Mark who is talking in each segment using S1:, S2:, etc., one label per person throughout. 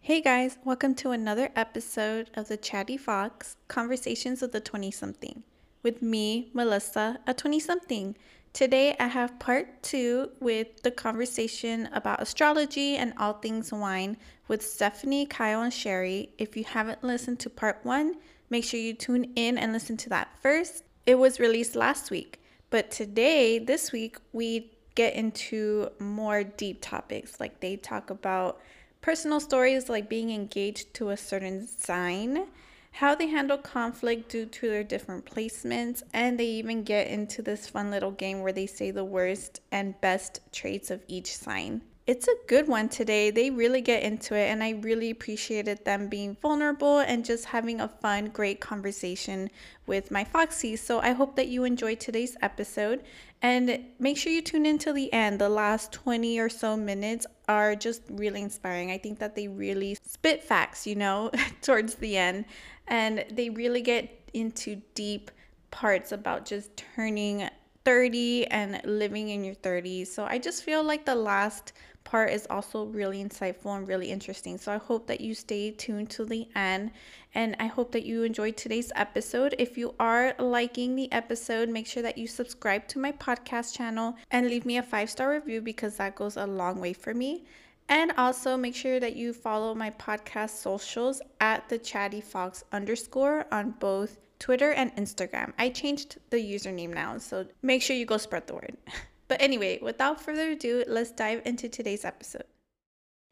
S1: Hey guys, welcome to another episode of the Chatty Fox Conversations of the 20 something with me, Melissa, a 20 something. Today I have part two with the conversation about astrology and all things wine with Stephanie, Kyle, and Sherry. If you haven't listened to part one, make sure you tune in and listen to that first. It was released last week, but today, this week, we get into more deep topics. Like they talk about personal stories like being engaged to a certain sign, how they handle conflict due to their different placements, and they even get into this fun little game where they say the worst and best traits of each sign. It's a good one today. They really get into it, and I really appreciated them being vulnerable and just having a fun, great conversation with my Foxy. So I hope that you enjoyed today's episode and make sure you tune in till the end. The last 20 or so minutes are just really inspiring. I think that they really spit facts, you know, towards the end, and they really get into deep parts about just turning 30 and living in your 30s. So I just feel like the last part is also really insightful and really interesting. So I hope that you stay tuned to the end and I hope that you enjoyed today's episode. If you are liking the episode, make sure that you subscribe to my podcast channel and leave me a five star review because that goes a long way for me. And also make sure that you follow my podcast socials at the chatty fox underscore on both Twitter and Instagram. I changed the username now, so make sure you go spread the word. But anyway, without further ado, let's dive into today's episode.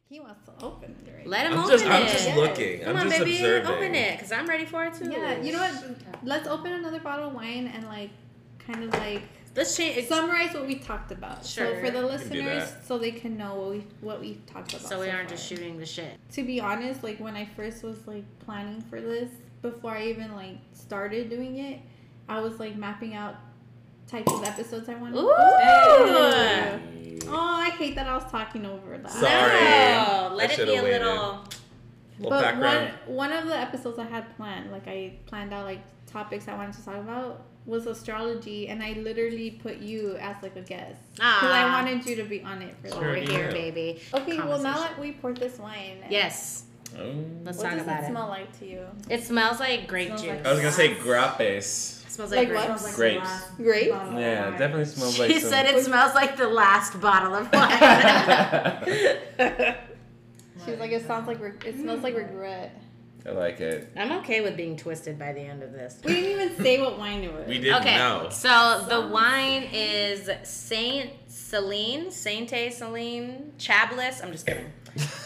S2: He wants to open it right
S3: Let him
S4: I'm
S3: open
S4: just,
S3: it.
S4: I'm just looking.
S3: Come
S4: I'm
S3: on,
S4: just
S3: baby,
S4: observing.
S3: open it, cause I'm ready for it too.
S2: Yeah, you know what? Let's open another bottle of wine and like kind of like
S3: Let's change. It's,
S2: summarize what we talked about. So
S3: Sure.
S2: for the
S4: can do
S2: listeners,
S4: that.
S2: so they can know what we what we talked about.
S3: so we aren't just
S2: far.
S3: shooting the shit.
S2: To be honest, like when I first was like planning for this, before I even like started doing it, I was like mapping out types of episodes I wanted.
S3: Ooh.
S2: Oh, I hate that I was talking over that.
S4: Sorry.
S3: No,
S4: I
S3: Oh, let it
S4: should've
S3: be a
S4: waited.
S3: little.
S4: Little
S2: but
S4: background.
S2: one one of the episodes I had planned, like I planned out like topics I wanted to talk about was astrology, and I literally put you as like a guest because I
S3: Ah.
S2: wanted you to be on it for
S3: Over
S2: like.
S4: Sure.
S3: here,
S4: Yeah.
S3: baby.
S2: Okay, well now
S3: Conversation.
S2: that we poured this wine,
S3: Yes,
S4: Oh.
S3: let's
S2: what
S3: talk
S2: does
S3: about
S2: it
S3: it.
S2: smell like to you?
S3: It smells like grape
S2: Smells
S3: juice.
S2: like-
S4: I was gonna say grapes.
S3: It smells
S2: Like
S3: like,
S2: what?
S3: grapes.
S2: Smells
S4: Grapes.
S2: Grape?
S4: Yeah, it definitely smells like
S3: She
S4: some.
S3: said it smells like the last bottle of wine.
S2: She was like, it sounds like reg- it smells like regret.
S4: I like it.
S3: I'm okay with being twisted by the end of this.
S2: We didn't even say what wine it was.
S4: We didn't
S3: okay,
S4: know.
S3: so the wine is Saint Celine, Sainte Celine, Chablis. I'm just kidding.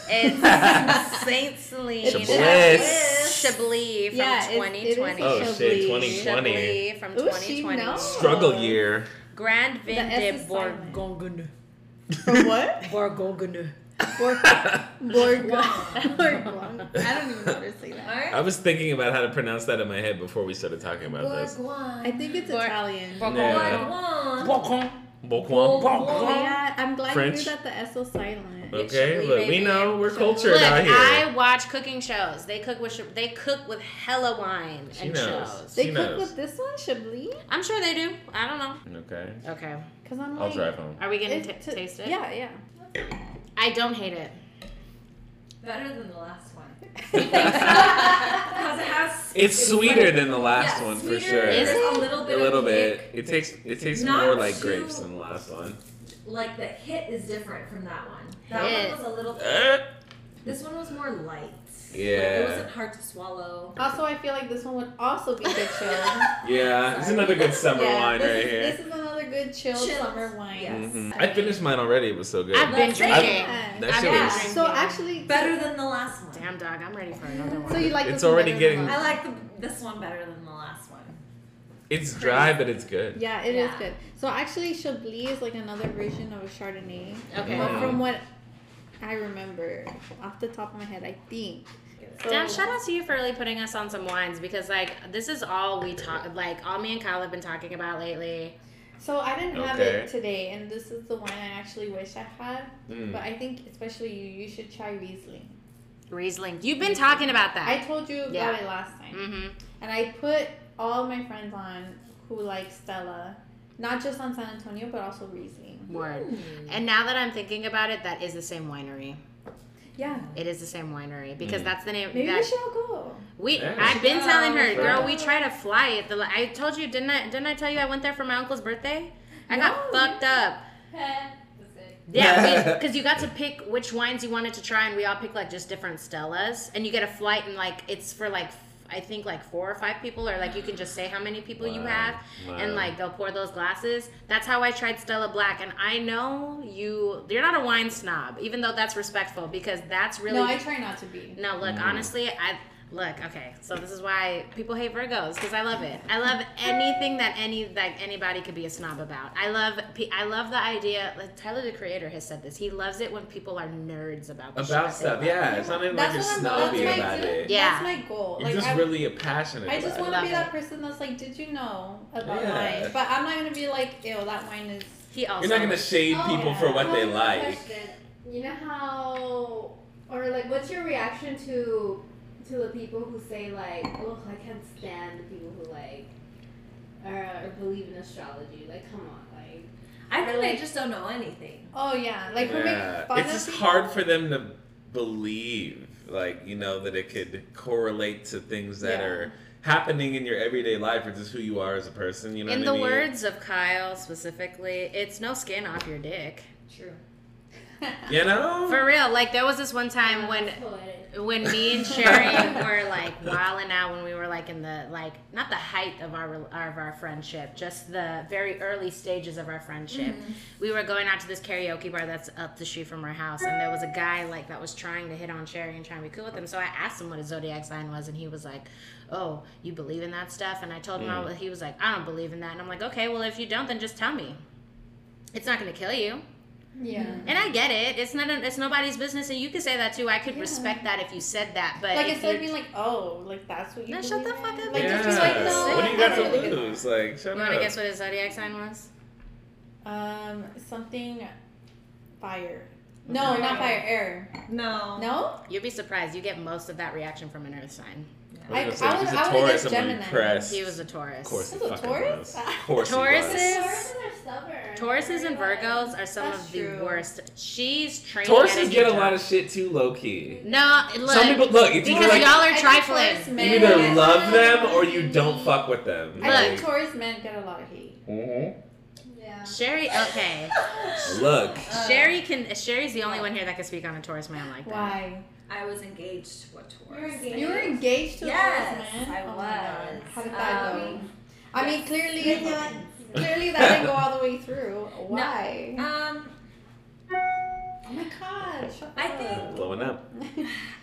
S3: It's Saint Celine.
S2: It's
S4: Chablis.
S3: Chablis from
S2: Yeah, it's- it is
S3: 2020.
S4: Oh shit,
S2: Chablis.
S4: 2020.
S3: Chablis from
S2: Ooh, she
S3: 2020.
S2: knows.
S4: Struggle year.
S3: Grand Vin
S2: The S
S3: de
S2: is silent.
S3: Bourgogne.
S2: For what?
S3: Bourgogne.
S2: Bourgogne. Bourgogne. I don't even know how to say that.
S3: Alright.
S4: I was thinking about how to pronounce that in my head before we started talking about this.
S2: I think it's
S3: Bour-
S2: Italian.
S4: Yeah.
S3: Bourgogne.
S4: Bourgogne. Bourgogne.
S2: Oh,
S3: Bourgogne.
S2: yeah, I'm glad
S4: French.
S2: you knew that the S was silent.
S4: Okay,
S3: Chablis,
S4: look, we
S3: baby.
S4: know we're cultured
S3: Look,
S4: out here.
S3: I watch cooking shows. They cook with sh- they cook with hella wine
S4: She
S3: and
S4: knows.
S3: shows.
S2: They
S4: She
S2: cook
S4: knows.
S2: with this one, Chablis?
S3: I'm sure they do. I don't know.
S4: Okay,
S3: Okay.
S2: Because I'm like,
S4: I'll drive home.
S3: Are we gonna
S2: it's
S3: t-
S2: to-
S3: taste it?
S2: Yeah, yeah.
S3: I don't hate it.
S5: Better than the last one.
S4: It's sweeter than the last
S5: Yeah,
S4: one for
S5: sweeter.
S4: sure.
S3: Is it?
S5: There's a little
S4: A
S5: bit.
S4: little
S5: of kick.
S4: bit. It tastes. It tastes
S5: Not
S4: more like
S5: too-
S4: grapes than the last one.
S5: Like the hit is different from that one. That
S3: Hit.
S5: one was a little.
S4: Eh.
S5: This one was more light. Like,
S4: Yeah.
S5: it wasn't hard to swallow.
S2: Also, I feel like this one would also be good chill.
S4: Yeah, it's
S5: Sorry.
S4: another good summer
S2: yeah,
S4: wine
S2: this
S4: right
S2: is,
S4: here.
S2: This is another good chill
S5: Chill.
S2: summer wine.
S5: Yeah.
S4: Mhm.
S2: Yes.
S4: I finished mine already. It was so good.
S3: I've been
S5: That's
S3: drinking.
S5: it.
S2: Yeah.
S4: That
S3: I've
S4: shit
S3: been
S4: was-
S3: drinking.
S2: So actually,
S5: Better than the last one.
S3: Damn dog, I'm ready for another
S2: So
S3: one.
S2: you like
S4: It's
S2: this one
S4: already
S2: better than
S4: getting-
S2: the
S5: I
S2: last?
S5: like the, this one better than the last one.
S4: It's dry, but it's good.
S2: Yeah, it is
S5: Yeah.
S2: good. So actually, Chablis is like another version of a Chardonnay.
S3: Okay.
S2: But
S4: Mm.
S2: from what I remember, off the top of my head, I think. So,
S3: Damn, shout out to you for really putting us on some wines because like this is all we talk like all me and Kyle have been talking about lately.
S2: So I didn't have
S4: Okay.
S2: it today, and this is the one I actually wish I had.
S4: Mm.
S2: But I think especially you, you should try Riesling.
S3: Riesling. You've been talking about
S2: I
S3: that.
S2: told you about
S3: Yeah.
S2: it last time,
S3: mm-hmm.
S2: and I put all my friends on who like Stella, not just on San Antonio, but also Riesling.
S3: Word. And now that I'm thinking about it, that is the same winery.
S2: Yeah.
S3: It is the same winery because
S4: Mm.
S3: that's the name.
S2: Maybe
S3: that,
S2: we should all go.
S3: We
S4: Yeah.
S3: I've been
S2: Yeah.
S3: telling her,
S4: Fair.
S3: girl. We try to fly it. The la- I told you, didn't I? Didn't I tell you I went there for my uncle's birthday? I got
S2: No,
S3: fucked up. Yeah, because you got to pick which wines you wanted to try, and we all picked like just different Stellas, and you get a flight, and like it's for like f- I think like four or five people, or like you can just say how many people you
S4: Wow.
S3: have, and
S4: Wow.
S3: like they'll pour those glasses. That's how I tried Stella Black, and I know you you're not a wine snob, even though that's respectful because that's really
S2: No, I try not to be.
S3: no, look,
S4: Mm.
S3: honestly, I look okay. So this is why people hate Virgos because I love it. I love anything that any like anybody could be a snob about. I love pe- I love the idea. Like Tyler the Creator has said this. He loves it when people are nerds about the shit that
S4: about
S3: they
S4: stuff.
S3: love.
S4: Yeah, it's not even like
S2: That's
S4: you're
S2: what I'm. That's
S4: snobby
S2: my.
S4: about it.
S3: Yeah.
S2: That's my goal.
S4: You're
S2: like
S4: just
S2: I,
S4: really passionate.
S2: I just
S4: about
S2: want to
S4: it.
S3: Love
S2: be
S3: it.
S2: that person that's like, did you know about
S4: Yeah.
S2: wine? But I'm not gonna be like, ew, that wine is.
S3: He also
S4: You're not gonna shade
S6: Oh,
S4: people
S2: yeah.
S4: for what they
S6: Um,
S4: like.
S6: question. You know how, or like, what's your reaction to to the people who say like, "Oh, I can't stand the people who like are, or believe in astrology." Like, come on, like,
S5: I think they
S6: Really?
S5: just don't know anything.
S2: Oh yeah, like we're
S4: yeah.
S2: making fun
S4: it's
S2: of
S4: just
S2: people.
S4: hard for them to believe, like you know, that it could correlate to things that
S2: Yeah.
S4: are happening in your everyday life or just who you are as a person. You know,
S3: in
S4: what
S3: the
S4: I mean?
S3: words of Kyle specifically, it's no skin off your dick.
S5: True.
S4: you know,
S3: For real, like there was this one time when
S6: poetic.
S3: when me and Sherry were like wilding out when we were like in the like not the height of our of our friendship, just the very early stages of our friendship.
S2: Mm-hmm.
S3: We were going out to this karaoke bar that's up the street from our house, and there was a guy like that was trying to hit on Sherry and trying to be cool with him. So I asked him what his zodiac sign was, and he was like, "Oh, you believe in that stuff?" And I told him I
S4: Mm.
S3: was- he was like, "I don't believe in that," and I'm like, "Okay, well if you don't, then just tell me. It's not gonna kill you."
S2: Yeah.
S3: And I get it. It's not. it's nobody's business, and you could say that too. I could respect that if you said that, but
S2: Like
S3: if
S2: instead of
S3: you're-
S2: being like, oh, like that's what you.
S3: No, shut the
S2: believe in?
S3: fuck up.
S2: Like
S4: yeah.
S2: just be like, no.
S4: what do you
S2: I
S4: got
S2: don't
S4: to
S2: really get
S4: lose? Like, shut
S3: you
S4: up.
S3: want to guess what his zodiac sign was?
S2: that. Um, something, fire. No, not fire. Air.
S5: No.
S2: No.
S3: You'd be surprised. You get most of that reaction from an Earth sign.
S2: I-
S4: I was gonna say,
S2: I
S4: he's
S2: would-
S4: a
S2: I would
S4: Taurus.
S2: guess
S4: I'm gonna
S2: Gemini.
S4: press.
S3: He was a
S4: Of
S3: Taurus.
S4: course, he
S2: Was it
S4: fucking
S2: Taurus?
S4: was. Of course, he
S3: Taurus
S4: was.
S3: is-
S6: Horses are stubborn.
S3: Tauruses and
S6: Very, like,
S3: Virgos are some
S2: That's
S3: of the
S2: true.
S3: worst. She's training. at
S4: Tauruses get a
S3: new
S4: lot
S3: job.
S4: of shit too, low key.
S3: No, look.
S4: Some people look. It's either
S3: because
S4: like
S3: y'all are
S2: I think Taurus
S3: trifling.
S4: you
S2: men-
S4: either love them or you don't fuck with them.
S2: I think
S4: Like,
S2: Taurus men get a lot of hate.
S4: mhm.
S6: Yeah.
S3: Sherry, okay.
S4: Look,
S2: Uh.
S3: Sherry can. Sherry's the only one here that can speak on a Taurus man like that.
S2: Why?
S5: I was engaged to a
S6: You're
S5: Taurus.
S6: engaged.
S2: You were engaged to a
S5: Yes,
S2: Taurus man.
S5: I
S2: Oh my
S5: was.
S2: God. How did that
S5: Um,
S2: go? I mean, clearly,
S6: You thought-
S2: clearly that didn't go all the way through. Why?
S5: Um,
S2: Oh my God! Shut
S5: I
S2: up.
S5: think-
S4: blowing up.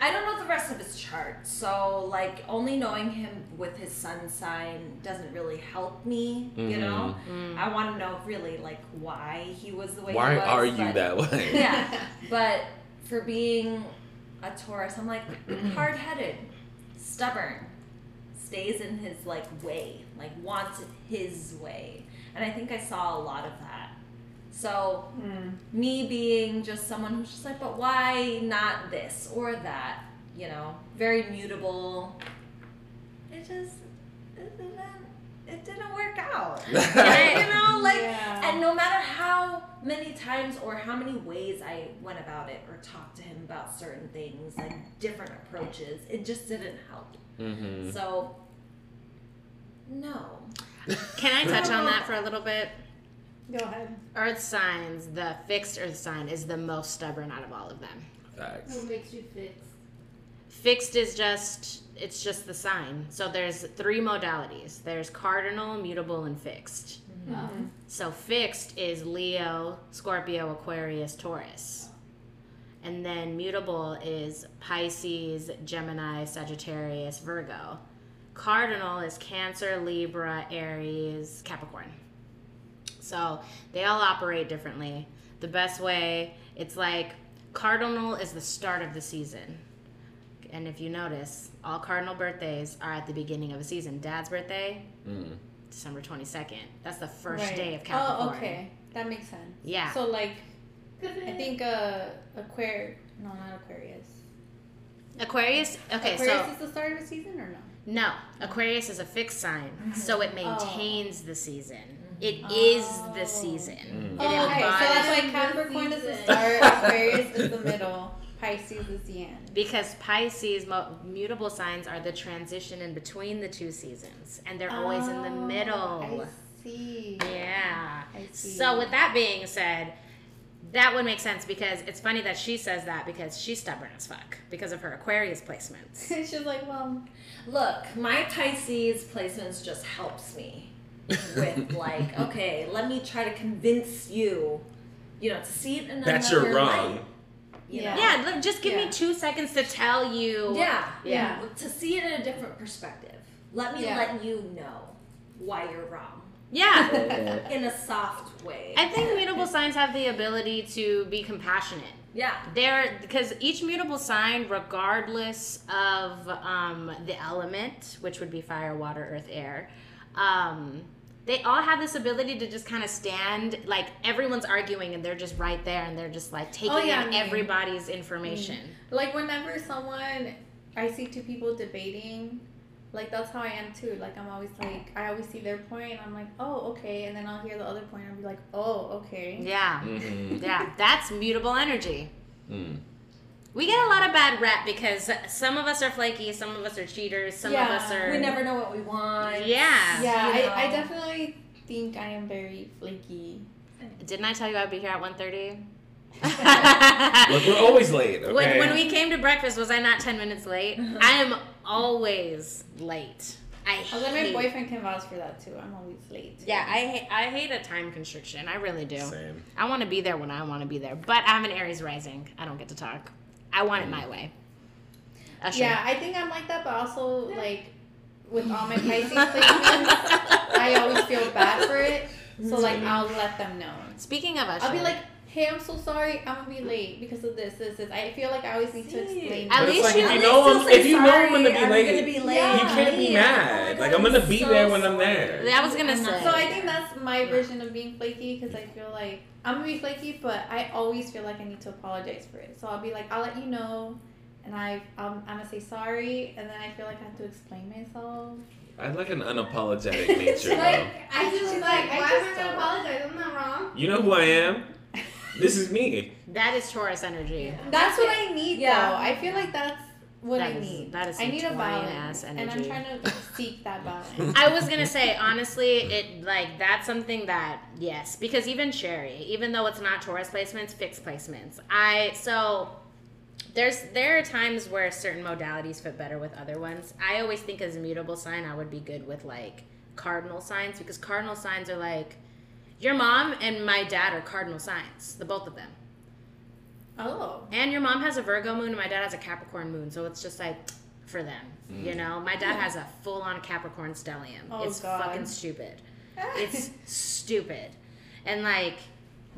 S5: I don't know the rest of his chart, so like only knowing him with his sun sign doesn't really help me.
S4: Mm-hmm.
S5: You know,
S3: Mm.
S5: I want to know really like why he was the way. he
S4: Why
S5: was,
S4: are you
S5: but-
S4: that way?
S5: Yeah, but for being a Taurus, I'm like hard-headed, stubborn, stays in his like way, like wants it his way, and I think I saw a lot of that. So
S2: Mm.
S5: me being just someone who's just like, but why not this or that? You know, very mutable. It just it didn't it didn't work out. you know, like
S2: Yeah.
S5: and no matter how many times or how many ways I went about it or talked to him about certain things, like different approaches, it just didn't help.
S4: Mhm.
S5: So no.
S3: Can I touch on that for a little bit?
S2: Go ahead.
S3: Earth signs, the fixed Earth sign is the most stubborn out of all of them.
S4: Facts.
S6: What makes you fix?
S3: Fixed is just it's just the sign. So there's three modalities. There's cardinal, mutable, and fixed.
S2: Mm-hmm.
S6: Um,
S3: So fixed is Leo, Scorpio, Aquarius, Taurus. And then mutable is Pisces, Gemini, Sagittarius, Virgo. Cardinal is Cancer, Libra, Aries, Capricorn. So they all operate differently. The best way, it's like cardinal is the start of the season. And if you notice, all cardinal birthdays are at the beginning of a season. Dad's birthday,
S4: Mm.
S3: December 22nd. That's the first
S2: Right.
S3: day of Capricorn.
S2: Oh, okay, that makes sense.
S3: Yeah.
S2: So like,
S6: 'cause
S2: I
S6: it-
S2: think uh, Aquarius. No, not Aquarius.
S3: Aquarius, okay,
S2: Aquarius
S3: so
S2: is the start of the season or no?
S3: no, Aquarius is a fixed sign,
S2: Mm-hmm.
S3: so it maintains the season. It is the
S2: Oh.
S3: season.
S4: Mm.
S3: It
S2: Oh, okay. So
S3: embodies-
S2: that's why
S6: embodies
S2: Capricorn is the
S6: the
S2: start,
S6: season.
S2: Aquarius is the middle, Pisces is the end.
S3: Because Pisces mo- mutable signs are the transition in between the two seasons, and they're always in the
S2: Oh,
S3: middle.
S2: I see.
S3: Yeah.
S2: I see.
S3: So with that being said, that would make sense because it's funny that she says that because she's stubborn as fuck because of her Aquarius placements.
S2: she's like, well,
S5: Look, my Pisces placements just helps me with like, okay, let me try to convince you, you know, to see it in
S4: That
S5: another
S4: you're wrong.
S5: light, you
S2: Yeah.
S5: know?
S3: Yeah, look, just give
S2: Yeah.
S3: me two seconds to tell you.
S5: Yeah.
S3: Yeah.
S5: To see it in a different perspective. Let me
S2: Yeah.
S5: let you know why you're wrong
S3: Yeah.
S5: in a soft way.
S3: I think mutable signs have the ability to be compassionate.
S5: yeah.
S3: There, because each mutable sign, regardless of um, the element, which would be fire, water, earth, air, um, they all have this ability to just kind of stand. Like everyone's arguing, and they're just right there, and they're just like taking
S2: Oh, yeah,
S3: in
S2: I mean-
S3: everybody's information.
S2: like whenever someone I see two people debating, like that's how I am too. Like I'm always like, I always see their point, and I'm like, oh, okay, and then I'll hear the other point, and I'll be like, oh, okay.
S3: Yeah,
S4: Mhm.
S3: yeah, that's mutable energy.
S4: Mm.
S3: We get a lot of bad rap because some of us are flaky, some of us are cheaters, some
S2: Yeah,
S3: of us are.
S5: We never know what we want.
S3: Yeah.
S2: Yeah,
S5: You know.
S2: I, I definitely think I am very flaky.
S3: Didn't I tell you I'd be here at 1.30?
S4: Look, we're always late. Okay.
S3: When, when we came to breakfast, was I not 10 minutes late? I am always late. I
S2: Although my
S3: hate-
S2: boyfriend can vouch for that too. I'm always late.
S3: Yeah, I hate, I hate a time constriction. I really do.
S4: Same.
S3: I want to be there when I want to be there. But I'm an Aries rising. I don't get to talk. I want it my way. Usher.
S2: Yeah, I think I'm like that, but also like with all my Pisces placements, I always feel bad for it. So like I'll let them know.
S3: Speaking of Usher.
S2: Mm-hmm. I'll be like, hey, I'm so sorry, I'm gonna be late because of this, this, this. I feel like I always need to explain.
S3: At
S4: But
S2: it.
S4: it's
S3: least
S4: like
S3: you-
S4: if
S3: at
S4: you
S3: least
S4: know
S5: you'll
S4: him,
S5: say,
S4: if you know
S5: "Sorry,
S4: him gonna be
S5: I'm
S4: late,
S5: gonna be late.
S4: you can't be
S5: Yeah.
S4: mad.
S5: Oh
S4: Like
S5: my God,
S4: I'm gonna
S5: I'm
S4: be
S5: so
S4: there when I'm
S5: sorry.
S4: there.
S3: I was going to
S5: I'm not-
S3: say.
S2: so I think that's my version of being flaky because I feel like I'm gonna be flaky, but I always feel like I need to apologize for it. So I'll be like, I'll let you know, and I I'm, I'm gonna say sorry, and then I feel like I have to explain myself.
S4: I like an unapologetic nature.
S6: Like,
S4: though.
S6: I just
S2: She's like,
S6: like,
S2: I
S6: why
S2: just
S6: am I gonna
S2: don't-
S6: apologize? I'm not wrong.
S4: You know who I am. This is me.
S3: that is Taurus energy.
S2: That's what I need
S5: Yeah.
S2: though. I feel like that's what
S3: That
S2: I
S3: is-
S2: need.
S3: that is
S2: I
S3: some
S2: need a
S3: Taurian
S2: balance,
S3: ass
S2: and I'm
S3: energy.
S2: trying to seek that balance.
S3: I was gonna say honestly, it like that's something that yes, because even Sherry, even though it's not Taurus placements, fixed placements. I so there's there are times where certain modalities fit better with other ones. I always think as a mutable sign, I would be good with like cardinal signs because cardinal signs are like your mom and my dad are cardinal signs, the both of them.
S2: Oh,
S3: And your mom has a Virgo moon, and my dad has a Capricorn moon, so it's just like for them, you know. My dad has a full-on Capricorn stellium.
S2: Oh,
S3: it's
S2: God.
S3: fucking stupid. It's stupid, and like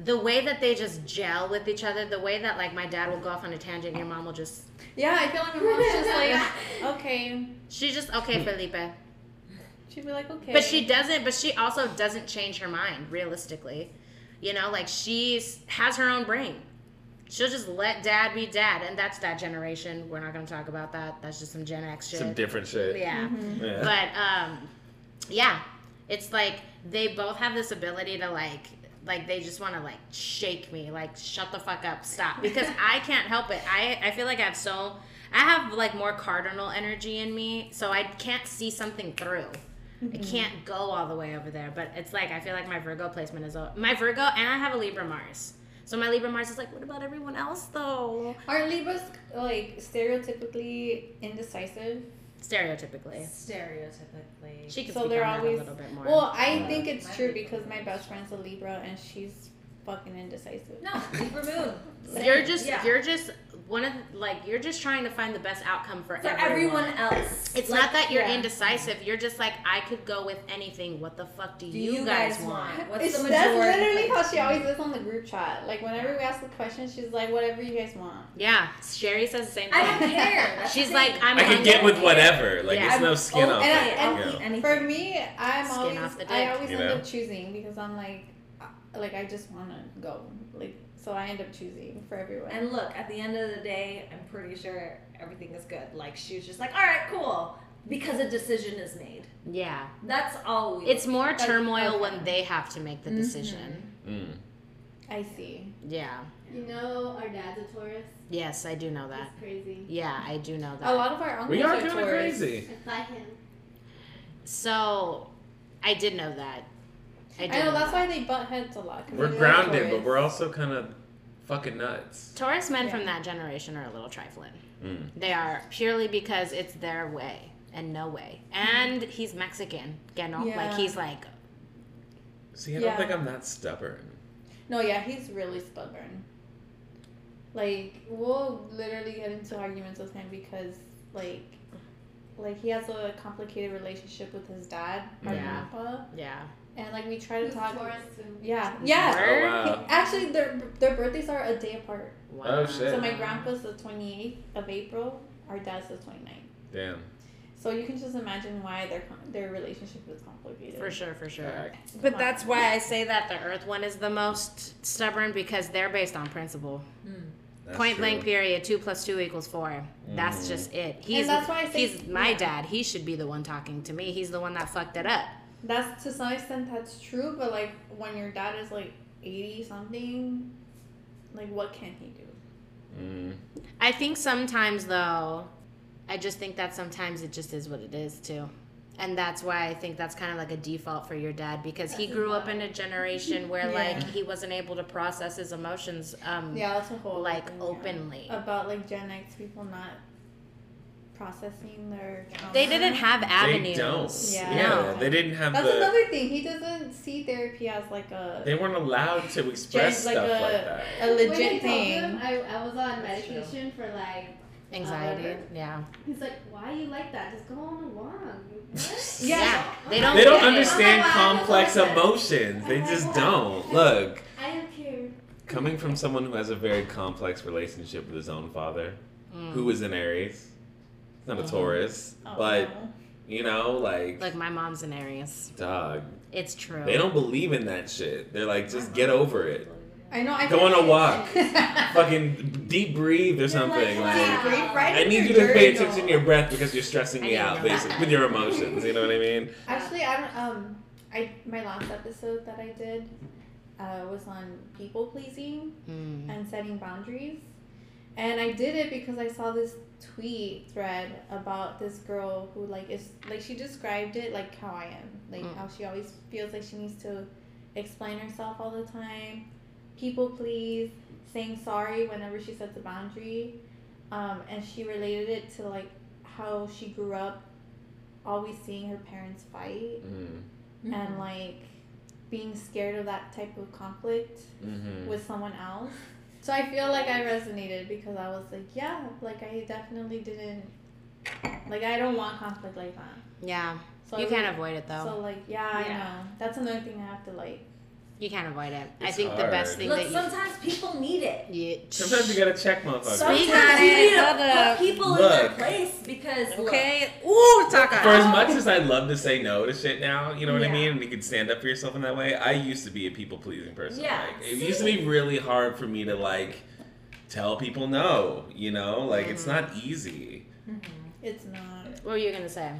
S3: the way that they just gel with each other, the way that like my dad will go off on a tangent, and your mom will just,
S2: yeah. I feel like my mom's just like, okay.
S3: she's just okay, Felipe.
S2: She'd be like, okay.
S3: But she doesn't. But she also doesn't change her mind realistically. You know, like she's has her own brain. She'll just let dad be dad, and that's that generation. We're not gonna talk about that. That's just some Gen X shit.
S4: Some different shit.
S3: yeah.
S4: Yeah.
S3: But um, yeah, it's like they both have this ability to like. Like they just want to like shake me, like shut the fuck up, stop, because I can't help it. I I feel like I have so I have like more cardinal energy in me, so I can't see something through. I
S5: Mm. Mm-hmm.
S3: can't go all the way over there, but it's like I feel like my Virgo placement is all, my Virgo, and I have a Libra Mars. So my Libra Mars is like, what about everyone else though?
S2: Are Libras like stereotypically indecisive?
S3: Stereotypically,
S5: Stereotypically.
S3: she can
S2: So
S3: speak
S2: they're
S3: on that a
S2: always-
S3: little bit more.
S2: Well, I
S5: Uh,
S2: think it's
S5: my
S2: true
S5: Libra
S2: because my best friend's a Libra and she's fucking indecisive.
S5: No, Libra moon.
S3: you're just
S5: yeah.
S3: you're just one of the- like you're just trying to find the best outcome for,
S5: For everyone else.
S3: It's
S5: Like,
S3: not that you're
S2: yeah.
S3: indecisive. You're just like I could go with anything. What the fuck do,
S5: do you, guys, want? What's
S2: It's-
S5: the
S2: that's
S5: majority?
S2: literally how she always is on the group chat. Like whenever we ask the question, she's like, "Whatever you guys want."
S3: Yeah, Sherry says the same
S5: I
S3: thing.
S5: don't care. That's the
S3: She's
S5: thing.
S3: like, I'm.
S4: I can get
S3: hungry.
S4: with whatever. Like
S3: Yeah.
S4: it's no skin
S5: Oh,
S4: off.
S5: and
S4: it.
S5: I- I'll
S4: you know.
S5: eat anything.
S2: For me, I'm
S3: Skin
S2: always
S3: off the
S2: I
S3: dick.
S2: always
S4: You
S2: end
S4: know?
S2: up choosing because I'm like, I- like I just want to go. Like so, I end up choosing for everyone.
S5: And look, at the end of the day, I'm pretty sure everything is good. Like she was just like, all right, cool, because a decision is made.
S3: Yeah,
S5: That's all. We
S3: it's more
S5: Like,
S3: turmoil
S5: okay. Mm-hmm.
S3: when they have to make the
S5: Mhm.
S3: decision.
S4: Mm.
S2: I see.
S3: Yeah.
S6: You know, our dad's a Taurus.
S3: Yes, I do know that.
S6: That's crazy.
S3: Yeah, I do know that.
S2: A lot of our uncles
S4: We are
S2: are
S4: kind of
S2: Taurus.
S4: crazy.
S6: I fight him.
S3: So, I did know that. I did
S2: I know that's why they butt heads a lot. 'cause
S4: We're
S2: they're
S4: grounded,
S2: Taurus.
S4: but we're also kind of fucking nuts.
S3: Taurus men
S2: Yeah.
S3: from that generation are a little trifling.
S4: Mm.
S3: They are purely because it's their way and no way. And he's Mexican, you know? Like
S2: Yeah.
S3: he's like,
S4: See, I
S2: Yeah.
S4: don't think I'm that stubborn.
S2: No, yeah, he's really stubborn. Like we'll literally get into arguments with him because like, like he has a complicated relationship with his dad, our
S3: Yeah.
S2: grandpa,
S3: yeah.
S2: and like we try to
S6: He's
S2: talk.
S6: Taurus too.
S2: Yeah, yeah.
S4: Oh,
S3: Word?
S4: wow.
S2: Actually, their their birthdays are a day apart.
S3: Wow.
S4: Oh, shit.
S2: So my grandpa's the twenty eighth of April. Our dad's the 29th.
S4: Damn.
S2: So you can just imagine why their con- their relationship is complicated.
S3: For sure, for sure.
S4: Alright.
S3: But that's why I say that the Earth one is the most stubborn because they're based on principle.
S4: That's
S3: Point
S4: true. Mm.
S3: blank, period. Two plus two equals 4 That's just it. He's
S2: that's why I say-
S3: he's my
S2: yeah.
S3: dad. He should be the one talking to me. He's the one that fucked it up.
S2: That's to some extent that's true, but like when your dad is like eighty something, like what can he do?
S4: Mm.
S3: I think sometimes though, I just think that sometimes it just is what it is too. And that's why I think that's kind of like a default for your dad because he grew up in a generation where
S2: Yeah.
S3: like he wasn't able to process his emotions um
S2: Yeah, that's a whole
S3: like
S2: thing, yeah.
S3: openly.
S2: about like Gen X people not processing their. Trauma.
S3: They didn't have
S4: They
S3: avenues.
S4: don't.
S2: Yeah.
S4: Yeah.
S3: No.
S4: They didn't have
S2: That's
S4: the.
S2: another thing. He doesn't see therapy as like a
S4: They weren't allowed to express
S2: Just like
S4: stuff
S2: a-
S4: like
S3: uh,
S4: that.
S2: a
S6: when I
S2: legit
S6: told Him
S2: thing.
S6: I, I was on
S5: That's true.
S6: medication for like.
S3: Anxiety.
S6: However.
S3: Yeah.
S6: He's like, why you like that? Just go on a walk. What?
S3: Yeah. They don't
S4: They don't
S3: get it.
S4: understand
S6: Oh my God,
S4: complex
S6: I don't like
S4: emotions. They
S6: I
S4: just
S6: like that.
S4: don't. Look,
S6: I don't care.
S4: coming from someone who has a very complex relationship with his own father,
S3: Mm.
S4: who is an Aries, not a
S3: Mhm.
S4: Taurus,
S2: Oh,
S4: but
S2: no.
S4: you know, like,
S3: Like my mom's an Aries.
S4: dog.
S3: It's true.
S4: They don't believe in that shit. They're like, just get over it.
S2: I know. I
S4: Go
S2: can-
S4: on a walk. Fucking deep breathe or something.
S6: like,
S4: Like,
S6: wow.
S2: Deep breathe, right
S4: I
S2: in
S4: need you
S2: your
S4: to pay
S2: journal.
S4: attention to your breath because you're stressing
S3: I
S4: me
S3: didn't
S4: out,
S3: know that.
S4: basically, with your emotions. You know what I mean?
S2: Actually, I don't. Um, I my last episode that I did uh, was on people pleasing
S3: Mm.
S2: and setting boundaries, and I did it because I saw this tweet thread about this girl who like is like she described it like how I am, like
S3: Mm.
S2: how she always feels like she needs to explain herself all the time, people please, saying sorry whenever she sets a boundary, um, and she related it to like how she grew up always seeing her parents fight
S4: Mm,
S3: Mm-hmm.
S2: and like being scared of that type of conflict
S4: Mm-hmm.
S2: with someone else. So I feel like I resonated because I was like, yeah, like I definitely didn't like I don't want conflict like that.
S3: Yeah.
S2: So
S3: you
S2: I
S3: can't
S2: really-
S3: avoid it though.
S2: So like yeah,
S5: Yeah.
S2: I know. That's another thing I have to like.
S3: you can't avoid it. I
S4: It's
S3: think the best
S4: hard.
S3: thing
S5: Look,
S3: that
S5: sometimes people need it.
S3: you, you
S4: Sometimes you gotta check motherfuckers.
S3: Sorry. Speak
S5: Sometimes you
S3: on it.
S5: need
S3: Hold
S5: to
S3: up.
S5: put people in their
S4: Look.
S5: place because look,
S3: Okay. Ooh,
S4: For
S3: Taka.
S4: as much as I love to say no to shit now, you know what I
S2: Yeah.
S4: mean? And you can stand up for yourself in that way. I used to be a people pleasing person.
S5: Yeah,
S4: Like, it used to be really hard for me to like tell people no, you know? Like it's
S5: Mm-hmm.
S4: not easy.
S2: It's not
S3: What were you gonna say?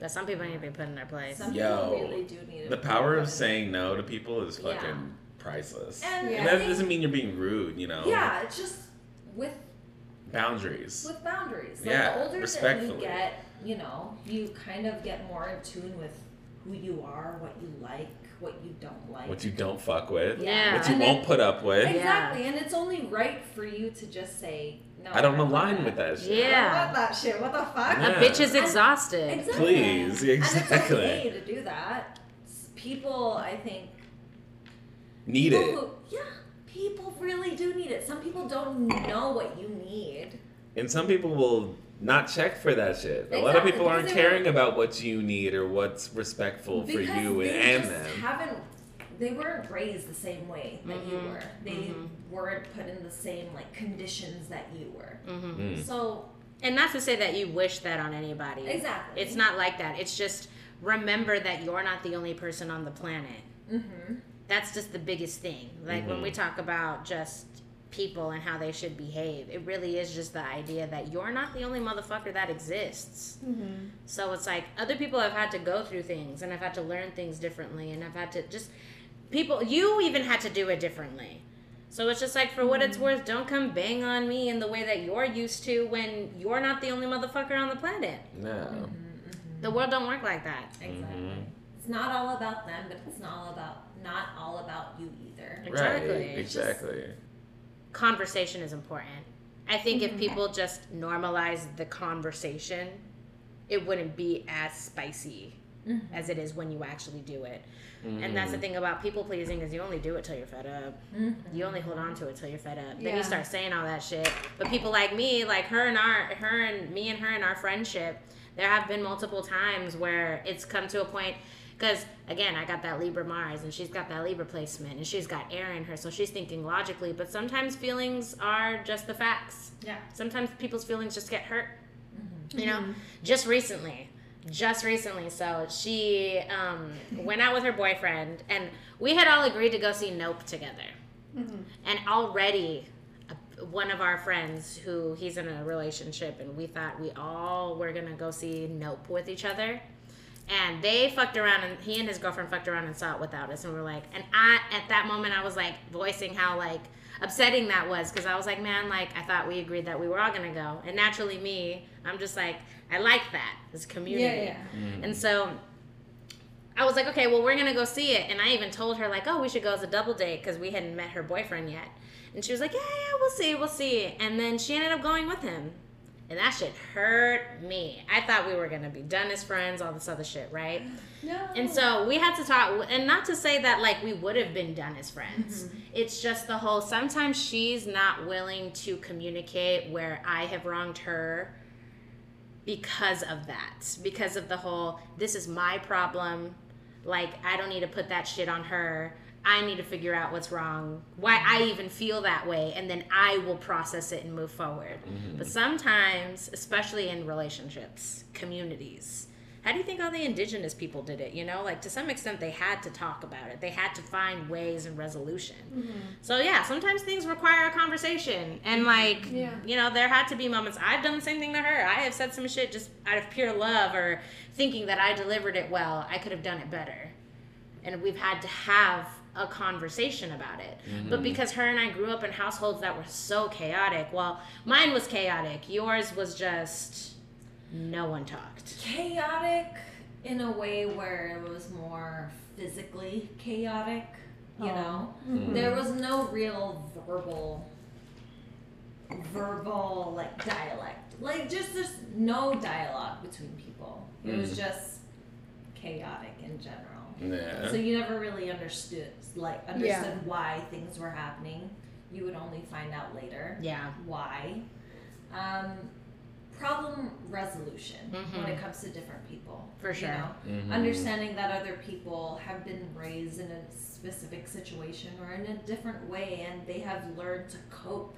S3: That some people need to be put in their place.
S5: Some
S4: Yo.
S5: people really do need it.
S4: The power of saying no to people is fucking
S5: Yeah.
S4: priceless.
S5: And,
S2: Yeah.
S4: And
S5: I
S4: that
S5: think-
S4: doesn't mean you're being rude, you know?
S5: Yeah, it's just with
S4: Boundaries.
S5: with boundaries. Like
S4: Yeah,
S5: the older that you
S4: respectfully.
S5: get, you know, you kind of get more in tune with who you are, what you like, what you don't like.
S4: What you don't fuck with.
S3: Yeah.
S4: What you
S5: And
S4: won't put up with.
S5: then- Exactly, and it's only right for you to just say no.
S4: I don't
S5: want
S4: align with that shit.
S5: I don't
S3: Yeah.
S5: want that shit. What the fuck?
S4: Yeah.
S3: A bitch is exhausted.
S5: Exactly.
S4: Please,
S5: And it's
S4: exactly.
S5: okay to do that. S- People, I think.
S4: Need
S5: people
S4: it.
S5: Who, yeah, people really do need it. Some people don't know what you need.
S4: And some people will not check for that shit. A lot of
S5: Exactly,
S4: people aren't
S5: because they
S4: caring about what you need or what's respectful for
S5: because
S4: you and,
S5: they
S4: and
S5: just
S4: them.
S5: haven't. They weren't raised the same way that you
S3: Mhm,
S5: were. They
S3: mhm.
S5: weren't put in the same like conditions that you were.
S3: hmm
S4: Mm.
S5: So
S3: And not to say that you wish that on anybody.
S5: exactly,
S3: It's not like that. It's just remember that you're not the only person on the planet.
S5: Mm-hmm.
S3: That's just the biggest thing. Like when
S4: Mhm.
S3: we talk about just people and how they should behave, it really is just the idea that you're not the only motherfucker that exists.
S2: mm-hmm.
S3: So it's like other people have had to go through things and have had to learn things differently and have had to just people you even had to do it differently so it's just like for what it's worth don't come bang on me in the way that you're used to when you're not the only motherfucker on the planet
S4: No.
S3: the world don't work like that
S5: Mm-hmm. Exactly.
S4: Mm-hmm.
S5: It's not all about them, but it's not all about not all about you either.
S3: exactly
S4: Right.
S3: It's just-
S4: Exactly.
S3: conversation is important i think if people just normalize the conversation it wouldn't be as spicy
S5: Mm-hmm.
S3: as it is when you actually do it And that's the thing about people pleasing is you only do it till you're fed up.
S5: Mm-hmm.
S3: You only hold on to it till you're fed up. Then
S2: Yeah.
S3: you start saying all that shit. But people like me, like her and our, her and me and her and our friendship, there have been multiple times where it's come to a point. Because again, I got that Libra Mars, and she's got that Libra placement, and she's got air in her, so she's thinking logically. But sometimes feelings are just the facts.
S5: Yeah.
S3: Sometimes people's feelings just get hurt. You know, just recently, just recently. So she um, went out with her boyfriend, and we had all agreed to go see Nope together. And already, uh, one of our friends who he's in a relationship, and we thought we all were gonna go see Nope with each other. And they fucked around, and he and his girlfriend fucked around and saw it without us. And we were like, and I, at that moment, I was like voicing how like upsetting that was because I was like, man, like I thought we agreed that we were all gonna go. And naturally, me, I'm just like, I like that, this community. And so I was like, okay, well, we're gonna go see it. And I even told her like, oh, we should go as a double date because we hadn't met her boyfriend yet. And she was like, yeah, yeah, we'll see, we'll see. And then she ended up going with him. And that shit hurt me. I thought we were gonna be done as friends, all this other shit, right?
S2: No.
S3: And so we had to talk, and not to say that like we would have been done as friends. It's just the whole sometimes she's not willing to communicate where I have wronged her because of that, because of the whole this is my problem. Like, I don't need to put that shit on her. I need to figure out what's wrong, why I even feel that way, and then I will process it and move forward.
S4: Mm-hmm.
S3: But sometimes, especially in relationships, communities, how do you think all the indigenous people did it? You know, like to some extent, they had to talk about it, they had to find ways and resolution. So, yeah, sometimes things require a conversation. And, like,
S2: Yeah.
S3: you know, there had to be moments. I've done the same thing to her. I have said some shit just out of pure love or thinking that I delivered it well. I could have done it better. And we've had to have a conversation about it.
S4: Mm-hmm.
S3: But because her and I grew up in households that were so chaotic, well, mine was chaotic. Yours was just no one talked.
S5: Chaotic in a way where it was more physically chaotic, you
S3: Oh.
S5: know?
S4: Mm-hmm.
S5: There was no real verbal verbal like dialect. Like just there's no dialogue between people. It was just chaotic in general.
S4: Yeah.
S5: So you never really understood, like, understood why things were happening. You would only find out later
S3: Yeah.
S5: why. Um, problem resolution when it comes to different people.
S3: Mm-hmm. For sure.
S5: You know?
S4: Mhm.
S5: Understanding that other people have been raised in a specific situation or in a different way and they have learned to cope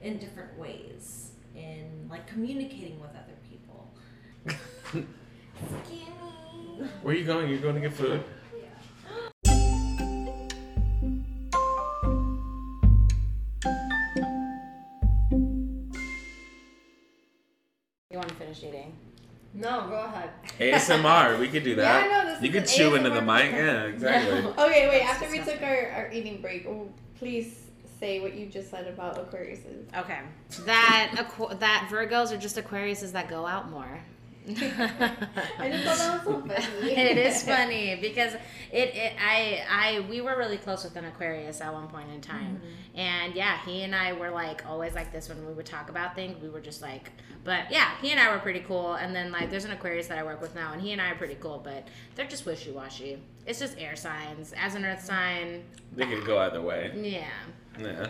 S5: in different ways in like communicating with other people. Skinny.
S4: Where you going? You're going to get food.
S3: You want to finish eating?
S6: No, go ahead.
S4: ASMR. We could do that.
S2: Yeah, I know, this
S4: you
S2: is
S4: could
S2: an
S4: chew into the
S2: ASMR
S4: mic. Yeah, exactly.
S2: Okay, wait. After we took our, our eating break, oh, please say what you just said about Aquarius.
S3: Okay. That aqu- that Virgos are just Aquariuses that go out more.
S2: I just thought that was so funny.
S3: it is funny because it, it I I we were really close with an Aquarius at one point in time.
S2: Mm-hmm.
S3: And yeah, he and I were like always like this when we would talk about things. We were just like but yeah, he and I were pretty cool. And then like there's an Aquarius that I work with now and he and I are pretty cool, but they're just wishy washy. It's just air signs. As an earth sign,
S4: They could go either way.
S3: yeah.
S4: Yeah.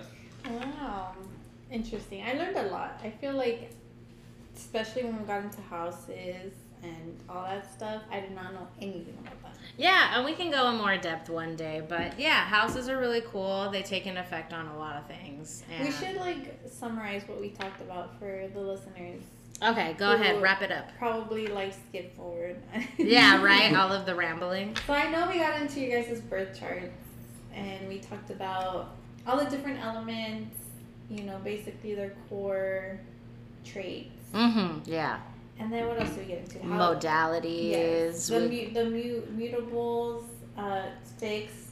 S2: Wow. Um, Interesting. I learned a lot. I feel like, especially when we got into houses and all that stuff, I did not know anything about that.
S3: Yeah, and we can go in more depth one day, but yeah, houses are really cool. They take an effect on a lot of things. And
S2: We should like summarize what we talked about for the listeners.
S3: Okay, go ahead,
S2: Ooh.
S3: wrap it up.
S2: Probably like skip forward.
S3: Yeah, right? All of the rambling.
S2: So I know we got into your guys' birth charts and we talked about all the different elements, you know, basically their core traits.
S3: Mm-hmm. Yeah.
S2: And then what else do we get into? How-
S3: Modalities.
S2: Yes. The,
S3: we-
S2: mu- the mu- mutables, uh, fixed,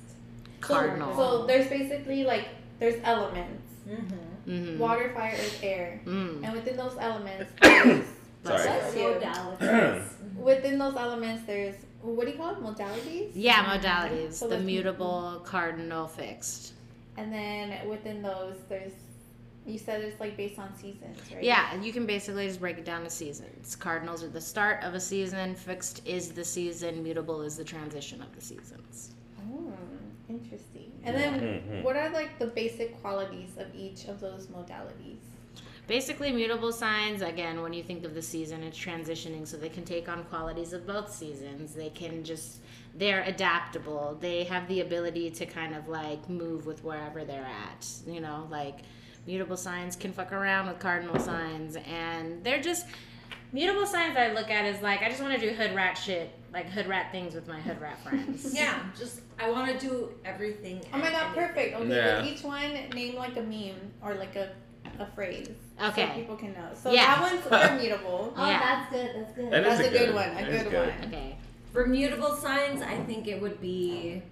S3: cardinal.
S2: So there's basically like there's elements:
S5: Mm-hmm.
S3: Mhm.
S2: water, fire, earth, air,
S3: Mm.
S2: and within those elements, there's,
S4: Sorry.
S5: That's
S2: you.
S5: modalities.
S2: within those elements there's what do you call it? Modalities.
S3: Yeah, modalities.
S2: So
S3: the
S2: that's-
S3: mutable, cardinal, fixed.
S2: And then within those, there's you said it's like based on seasons, right?
S3: Yeah, you can basically just break it down to seasons. Cardinals are the start of a season, fixed is the season, mutable is the transition of the seasons.
S2: Oh, interesting. And then,
S4: Mhm.
S2: what are like the basic qualities of each of those modalities?
S3: Basically, mutable signs, again, when you think of the season, it's transitioning, so they can take on qualities of both seasons. They can just, they're adaptable. They have the ability to kind of like move with wherever they're at. You know, like mutable signs can fuck around with cardinal signs, and they're just, mutable signs I look at is like, I just want to do hood rat shit, like hood rat things with my hood rat friends.
S5: Yeah, just I want to do everything.
S2: Oh my
S5: and
S2: god,
S5: anything.
S2: perfect. Okay,
S4: Yeah.
S2: with each one name like a meme or like a, a phrase. So
S3: Okay.
S2: people can know. So
S3: Yeah.
S2: that one's immutable.
S6: Oh,
S3: Yeah.
S6: that's good. That's good.
S4: That is
S2: That's a good one. A
S4: That is
S2: good
S4: good.
S2: one.
S3: Okay.
S5: For mutable signs, I think it would be,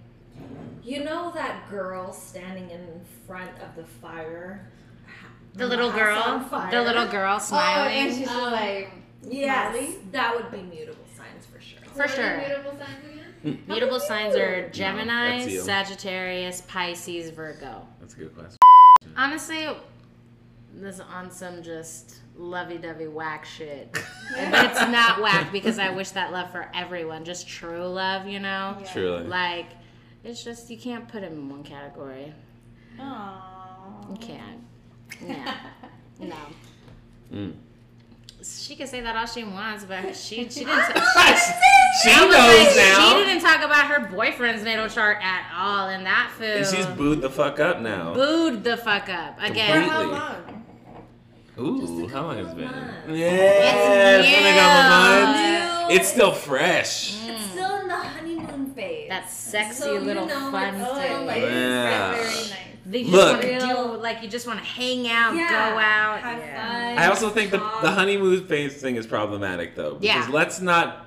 S5: you know, that girl standing in front of the fire.
S3: The little
S5: House
S3: girl,
S5: on fire.
S3: the little girl
S2: Oh, and
S3: smiling.
S2: she's
S6: Um,
S2: like,
S5: Yes,
S2: Smiling?
S5: that would be mutable signs for sure.
S3: For sure.
S6: Beautiful signs again.
S3: Mutable signs are Gemini,
S4: that's you.
S3: Sagittarius, Pisces, Virgo.
S4: That's a good question.
S3: Honestly, this is on some just lovey-dovey whack shit.
S2: yeah.
S3: it's not whack because I wish that love for everyone, just true love, you know.
S2: Yeah.
S4: Truly.
S3: Like, it's just you can't put it in one category. You
S2: Aww.
S3: can't. Yeah. No.
S4: Mm.
S3: She can say that all she wants, but she she didn't.
S4: she
S3: I was
S4: knows
S3: like, She
S4: now.
S3: didn't talk about her boyfriend's natal chart at all in that food.
S4: And she's booed the fuck up now.
S3: booed the fuck up
S2: For
S3: again.
S2: how
S4: Completely.
S2: long?
S5: Just
S4: Ooh,
S5: a
S4: how long
S5: couple
S4: has it
S5: of
S4: been?
S5: months.
S4: Yeah, it's been a couple
S3: Yeah.
S4: months. It's still fresh.
S5: It's still in the honeymoon phase.
S3: Mm. That sexy
S5: So you
S3: little
S5: know
S3: fun
S5: it's
S2: Oh,
S5: still,
S3: thing.
S2: like,
S5: like,
S4: Yeah.
S2: Very nice.
S3: That you
S4: Look.
S3: just want to do, like you just want to hang out,
S5: yeah,
S3: go out.
S5: have
S3: yeah.
S5: fun.
S4: I also think the,
S5: talk.
S4: the honeymoon phase thing is problematic though. Because
S3: Yeah.
S4: let's not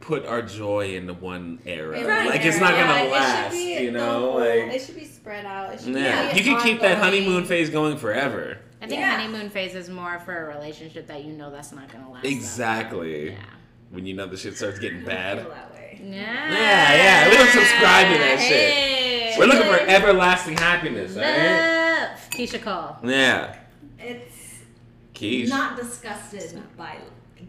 S4: put our joy into one era.
S2: Right.
S4: Like it's not
S2: Yeah,
S4: gonna
S2: it should
S4: last,
S2: be
S4: you
S2: the
S4: know?
S2: whole-
S4: Like
S2: it should be spread out. It should
S4: yeah.
S2: be
S4: You can keep that
S2: ongoing.
S4: honeymoon phase going forever.
S3: I think
S5: Yeah.
S3: honeymoon phase is more for a relationship that you know that's not gonna last. though.
S4: Exactly.
S3: Yeah.
S4: When you know the shit starts
S5: I
S4: getting
S5: don't
S4: bad.
S5: feel that way.
S3: Yeah.
S4: Yeah, yeah, we don't subscribe to that shit.
S3: Hey.
S4: We're looking for everlasting happiness, right?
S3: love. Keisha Cole.
S4: Yeah.
S5: It's
S4: Keish.
S5: not disgusted by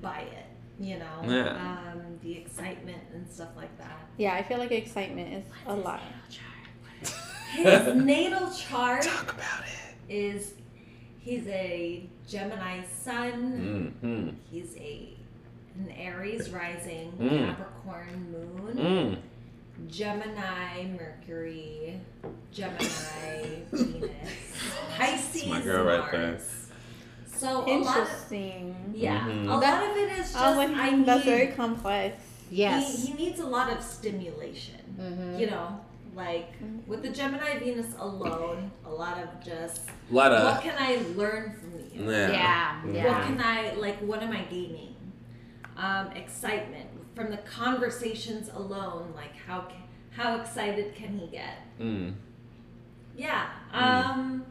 S5: by it, you know.
S4: Yeah.
S5: Um, the excitement and stuff like that.
S2: Yeah, I feel like excitement is a lot.
S5: His natal chart
S4: Talk about it.
S5: is he's a Gemini sun.
S4: Mm,
S5: He's a an Aries rising,
S4: Mm.
S5: Capricorn moon,
S4: mm,
S5: Gemini Mercury, Gemini Venus, Pisces
S4: my girl right there.
S5: Mars. So a lot of
S2: Interesting.
S5: yeah,
S4: Mhm.
S5: a lot of it is just
S2: Oh, and
S5: I
S2: him,
S5: need
S2: that's very complex.
S3: Yes.
S5: He, he needs a lot of stimulation.
S3: Mhm.
S2: Mm-hmm.
S5: You know, like with the Gemini Venus alone, a lot of just
S4: A lot
S5: what
S4: of
S5: can I learn from you?
S4: yeah.
S3: Yeah.
S5: What
S3: Yeah.
S5: can I like? What am I gaining? Um, excitement from the conversations alone. Like how ca- how excited can he get?
S4: Mm.
S5: Yeah. Um,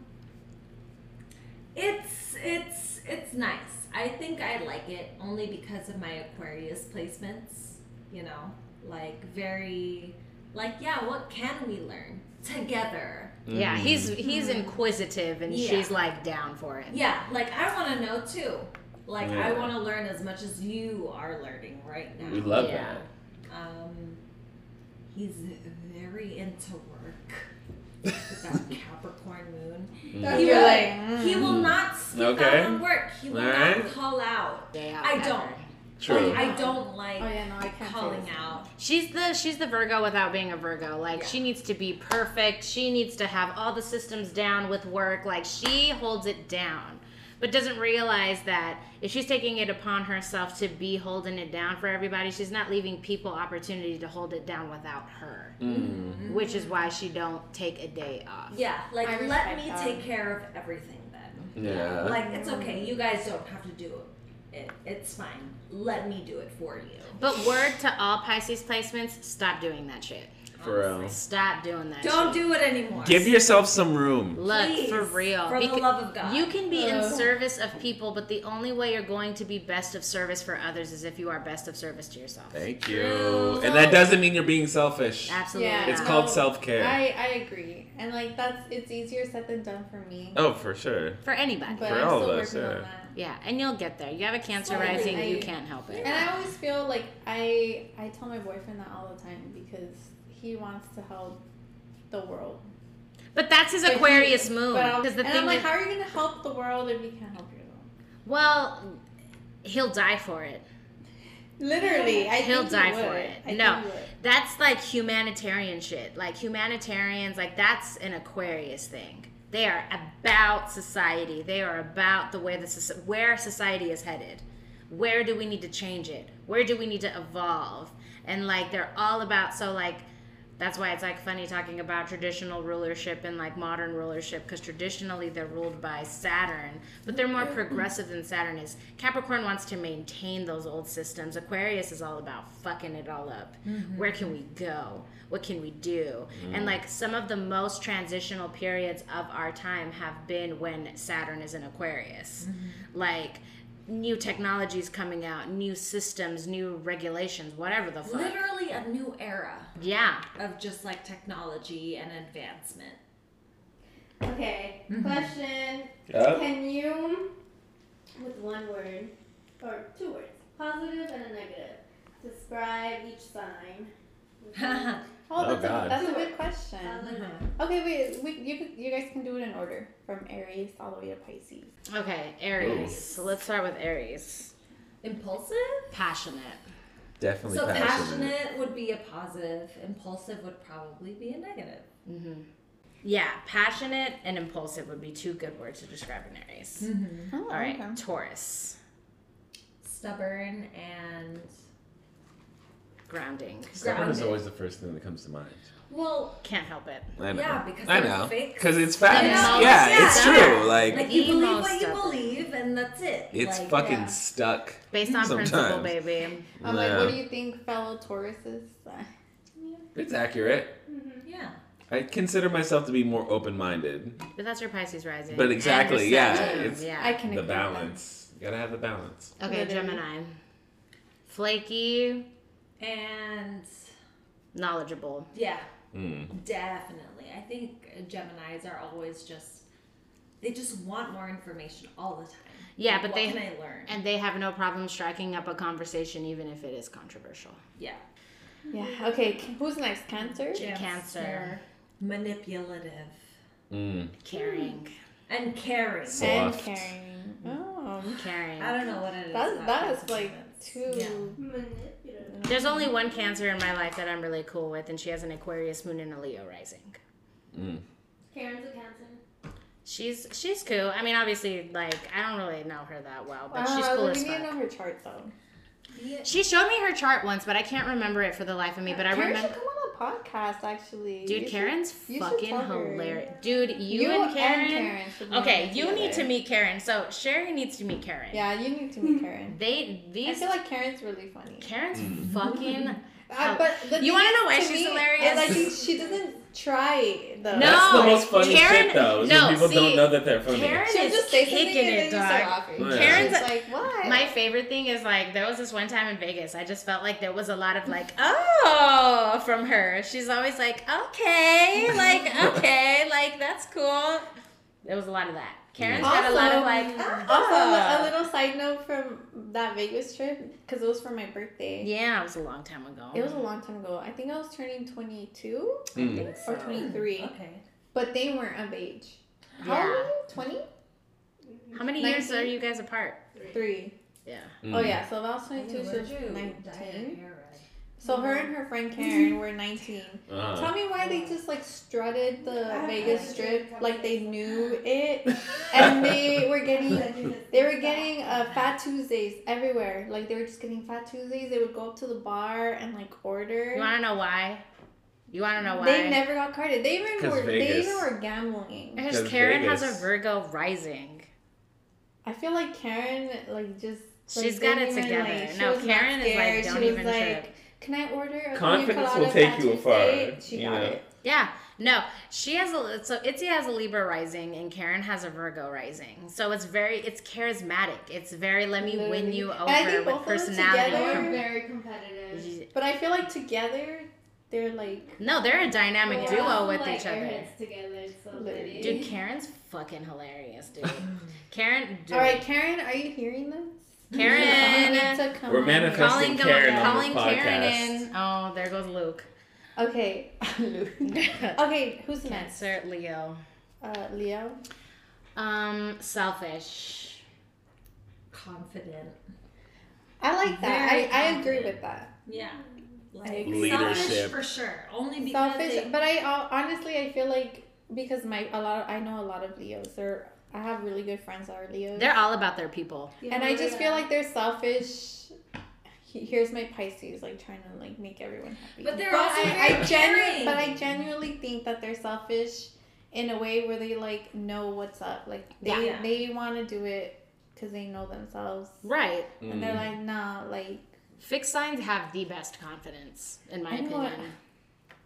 S5: it's it's it's nice. I think I like it only because of my Aquarius placements. You know, like very, like yeah. What can we learn together?
S3: Yeah,
S4: Mhm.
S3: he's he's inquisitive and
S5: Mm-hmm. Yeah.
S3: she's like down for it.
S5: Yeah. Like I want to know too. Like I
S4: Yeah.
S5: want to learn as much as you are learning right now.
S4: We love
S3: Yeah.
S5: Um, he's very into work.
S4: that.
S5: With that Capricorn moon.
S4: Mm.
S5: He
S2: You're
S5: will-
S2: like,
S5: He
S2: mm.
S5: will not skip
S4: Okay.
S5: out on work. He will
S4: Alright.
S5: not call out.
S3: Day out
S5: I
S3: ever.
S5: don't.
S4: True.
S5: Like, I don't like
S2: Oh yeah, no, I can't.
S5: calling out.
S3: She's the she's the Virgo without being a Virgo. Like
S5: Yeah.
S3: she needs to be perfect. She needs to have all the systems down with work. Like she holds it down, but doesn't realize that if she's taking it upon herself to be holding it down for everybody, she's not leaving people opportunity to hold it down without her.
S4: Mm.
S3: Which is why she don't take a day off.
S5: Yeah, like
S2: I
S5: let
S2: respect
S5: me
S2: that.
S5: take care of everything then.
S4: Yeah.
S5: Like it's okay. You guys don't have to do it. It's fine. Let me do it for you.
S3: But word to all Pisces placements, stop doing that shit.
S4: For real.
S3: Stop doing that.
S5: Don't do it anymore.
S4: Give yourself some room.
S3: Look
S5: Please,
S3: for real.
S5: For
S3: Beca-
S5: the love of God.
S3: You can be in
S2: Ugh.
S3: service of people, but the only way you're going to be best of service for others is if you are best of service to yourself.
S4: Thank you.
S5: True.
S4: And that doesn't mean you're being selfish.
S3: Absolutely.
S2: Yeah.
S4: It's
S3: not.
S4: called
S2: No,
S4: self care.
S2: I, I agree. And like that's it's easier said than done for me.
S4: Oh, for sure.
S3: for anybody.
S2: But
S4: For
S2: I'm
S4: all
S2: still
S4: of
S2: working
S4: us, yeah.
S2: on that.
S3: yeah, and you'll get there. You have a cancer
S2: Slowly,
S3: rising, you
S2: I-
S3: can't help it.
S2: And I always feel like I I tell my boyfriend that all the time because he wants to help the world.
S3: But that's his
S2: But he-
S3: Aquarius moon.
S2: But I'm,
S3: Because the
S2: and
S3: thing
S2: I'm like,
S3: is-
S2: how are you gonna help the world if you can't help yourself?
S3: well, he'll die for it.
S2: Literally, I
S3: He'll
S2: think he
S3: die
S2: would.
S3: for it.
S2: I think
S3: No.
S2: he would.
S3: That's like humanitarian shit. Like humanitarians, like that's an Aquarius thing. They are about society. They are about the way the soc- where society is headed. Where do we need to change it? Where do we need to evolve? And like they're all about so like that's why it's like funny talking about traditional rulership and like modern rulership because traditionally they're ruled by Saturn, but they're more progressive than Saturn is. Capricorn wants to maintain those old systems. Aquarius is all about fucking it all up. Where can we go? What can we do? And like some of the most transitional periods of our time have been when Saturn is in Aquarius. Like new technologies coming out, new systems, new regulations, whatever the fuck.
S5: Literally a new era
S3: Yeah.
S5: of just like technology and advancement.
S6: Okay,
S2: Mm-hmm.
S5: Mhm.
S6: question.
S4: Yeah.
S6: Can you, with one word, or two words, positive and a negative, describe each sign?
S2: Oh,
S4: Oh,
S2: that's,
S4: God.
S2: A, that's a good question.
S6: Positive.
S2: Okay, wait. We, you could- you guys can do it in order from Aries all the way to Pisces.
S3: Okay, Aries. So let's start with Aries.
S5: Impulsive?
S3: Passionate.
S4: Definitely
S5: So
S4: passionate.
S5: passionate would be a positive. Impulsive would probably be a negative.
S3: Yeah, passionate and impulsive would be two good words to describe an
S5: Mm,
S3: Aries.
S2: Oh,
S3: All right, Taurus.
S5: Stubborn and
S3: Grounding.
S4: Stubborn is
S5: grounded.
S4: always the first thing that comes to mind.
S5: well,
S3: Can't help it.
S4: I know.
S5: Yeah, because
S4: I
S5: they're
S4: know.
S5: fake.
S4: Because it's facts.
S3: Yeah.
S4: Yeah,
S3: Yeah.
S4: it's
S3: Yeah.
S4: true. Like,
S5: like you
S3: Emo
S5: believe what you
S3: stubborn.
S5: believe, and that's it.
S4: it's
S5: Like,
S4: fucking
S2: yeah.
S4: stuck.
S3: Based on principle,
S4: Sometimes.
S3: baby.
S2: I'm like, what
S4: Yeah.
S2: do you think, fellow Tauruses?
S4: It's accurate.
S5: Yeah.
S4: I consider myself to be more open minded.
S3: But that's your Pisces rising.
S4: But
S3: And
S4: exactly,
S3: your
S4: yeah,
S3: Saturn,
S4: it's-
S3: yeah.
S2: I can agree
S4: The
S2: with that.
S4: balance. You gotta have the balance.
S3: Okay,
S2: Literally.
S3: Gemini. Flaky,
S5: And
S3: knowledgeable.
S5: yeah,
S4: Mm.
S5: definitely. I think Gemini's are always just they just want more information all the time.
S3: Yeah,
S5: Like,
S3: but
S5: what
S3: they-
S5: can I learn?
S3: And they have no problem striking up a conversation even if it is controversial.
S5: yeah,
S2: Yeah. Okay. c- Who's next? Cancer.
S3: Cancer.
S5: manipulative
S4: Mm.
S3: Caring.
S5: and caring.
S4: So-
S2: And
S4: Soft.
S2: caring. Oh,
S3: Hmm. Caring.
S5: I don't know what it is.
S2: that
S5: about
S2: that is
S5: Cancer,
S2: like
S5: but it's-
S2: two.
S5: yeah.
S6: Manipulative.
S3: There's only one Cancer in my life that I'm really cool with, and she has an Aquarius moon and a Leo rising.
S4: Mm.
S6: Karen's a cancer.
S3: She's she's cool. I mean, obviously, like I don't really know her that well, but she's
S2: Uh,
S3: cool
S2: we
S3: as
S2: need to know
S3: fuck.
S2: her chart though.
S5: Yeah.
S3: She showed me her chart once, but I can't remember it for the life of me. But I
S2: Karen
S3: remember,
S2: should come on a podcast actually. You
S3: dude,
S2: should-
S3: Karen's
S2: you should
S3: fucking
S2: tell her.
S3: hilarious. Dude, you, and Karen.
S2: should be
S3: Okay,
S2: on
S3: you need
S2: together.
S3: to meet Karen. So Sherry needs to meet Karen.
S2: Yeah, you need to meet Karen.
S3: They
S2: I
S3: these
S2: feel like Karen's really funny.
S3: Karen's
S4: Mm.
S3: fucking
S2: Uh, but the
S3: You
S2: want
S3: wanna
S2: to
S3: know why she's
S2: me,
S3: hilarious?
S2: Is I think she doesn't try though.
S3: No,
S4: That's the most funny
S3: Karen-
S4: shit, though. Is
S3: no,
S4: when people
S3: see,
S4: don't know that they're funny.
S3: Karen
S2: Oh, She'll
S3: is
S2: just say something
S3: kicking
S2: and
S3: it,
S2: then you start
S3: dog.
S2: laughing.
S4: Yeah.
S3: Karen's
S2: She's
S3: a-
S2: like, what?
S3: My favorite thing is like there was this one time in Vegas. I just felt like there was a lot of like oh from her. She's always like okay, like okay, like that's cool. There was a lot of that. Karen's got a lot of like
S2: Also,
S3: "Oh."
S2: a little side note from that Vegas trip because it was for my birthday.
S3: yeah, it was a long time ago.
S2: It was a long time ago. I think I was turning 22
S4: Mm.
S2: or 23,
S5: Okay.
S2: but they weren't of age. How old were
S3: yeah.
S2: you? 23.
S3: How many years are you guys apart? Yeah.
S4: Mm.
S2: Oh, yeah. So if I was
S5: Hey,
S2: 22, she
S5: where'd
S2: was
S5: you dye your
S2: 19.
S5: hair red?
S2: So her and her friend Karen were 19. Tell
S4: Uh-huh.
S2: me why they just like strutted the
S6: I
S2: Vegas
S6: like
S2: Strip
S6: it.
S2: like they knew it, and they were getting they were getting uh, Fat Tuesdays everywhere. Like they were just getting Fat Tuesdays. They would go up to the bar and like order.
S3: You want to know why? You want to know why?
S2: They never got carded. They even
S4: 'Cause
S2: were they
S4: Vegas.
S2: even were gambling.
S3: because
S4: 'Cause
S3: Karen has
S4: Vegas.
S3: a Virgo rising.
S2: I feel like Karen like just like,
S3: She's got
S2: didn't
S3: it
S2: even,
S3: together.
S2: she
S3: No,
S2: was not
S3: Karen is like,
S2: scared.
S3: don't
S2: she was
S3: even
S2: like
S3: trip.
S2: Can I order a
S4: Confidence
S2: piña
S4: will
S2: colada
S4: take
S2: for
S4: you
S2: Tuesday?"
S4: afar,
S2: She
S4: you
S2: got
S4: know.
S2: it.
S3: Yeah. No, she has a so Itzy has a Libra rising and Karen has a Virgo rising. So it's very it's charismatic. It's very let me win
S2: Literally.
S3: you over
S2: And I think
S3: with
S2: both of them
S3: personality.
S2: together-
S6: They're very competitive.
S2: But I feel like together, they're like.
S3: No, they're a dynamic
S6: We're
S3: duo
S2: Oh
S6: all,
S3: with
S6: like,
S3: each other.
S6: airheads Together, it's so
S2: Literally.
S6: funny.
S3: Dude, Karen's fucking hilarious, dude. Karen, dude.
S2: All right, Karen, are you hearing this?
S3: Karen.
S2: You need to come
S4: We're
S2: on here.
S4: manifesting.
S3: calling
S4: Testing Karen on
S3: calling
S4: this
S3: Karen
S4: podcast.
S3: in. Oh, there goes Luke.
S2: Okay. okay, who's next?
S3: Cancer, Leo.
S2: Uh, Leo.
S3: Um, selfish.
S5: Confident.
S2: I like that.
S5: Very
S2: I, I agree with that.
S5: Yeah. Like
S2: agree.
S5: selfish
S4: Leadership.
S5: for sure. Only because
S2: Selfish,
S5: they-
S2: but I uh, honestly I feel like because my a lot of, I know a lot of Leos. They're I have really good friends that are Leos.
S3: They're all about their people.
S2: and I just feel like they're selfish. He- Here's my Pisces, like trying to like make everyone happy.
S5: But they're also
S2: I, I
S5: very
S2: genu-
S5: caring.
S2: but I genuinely think that they're selfish in a way where they like know what's up. Like they
S5: Yeah.
S2: they want to do it because they know themselves,
S3: Right.
S2: and
S4: Mm.
S2: they're like nah. Like
S3: Fixed signs have the best confidence, in my
S2: I know,
S3: opinion.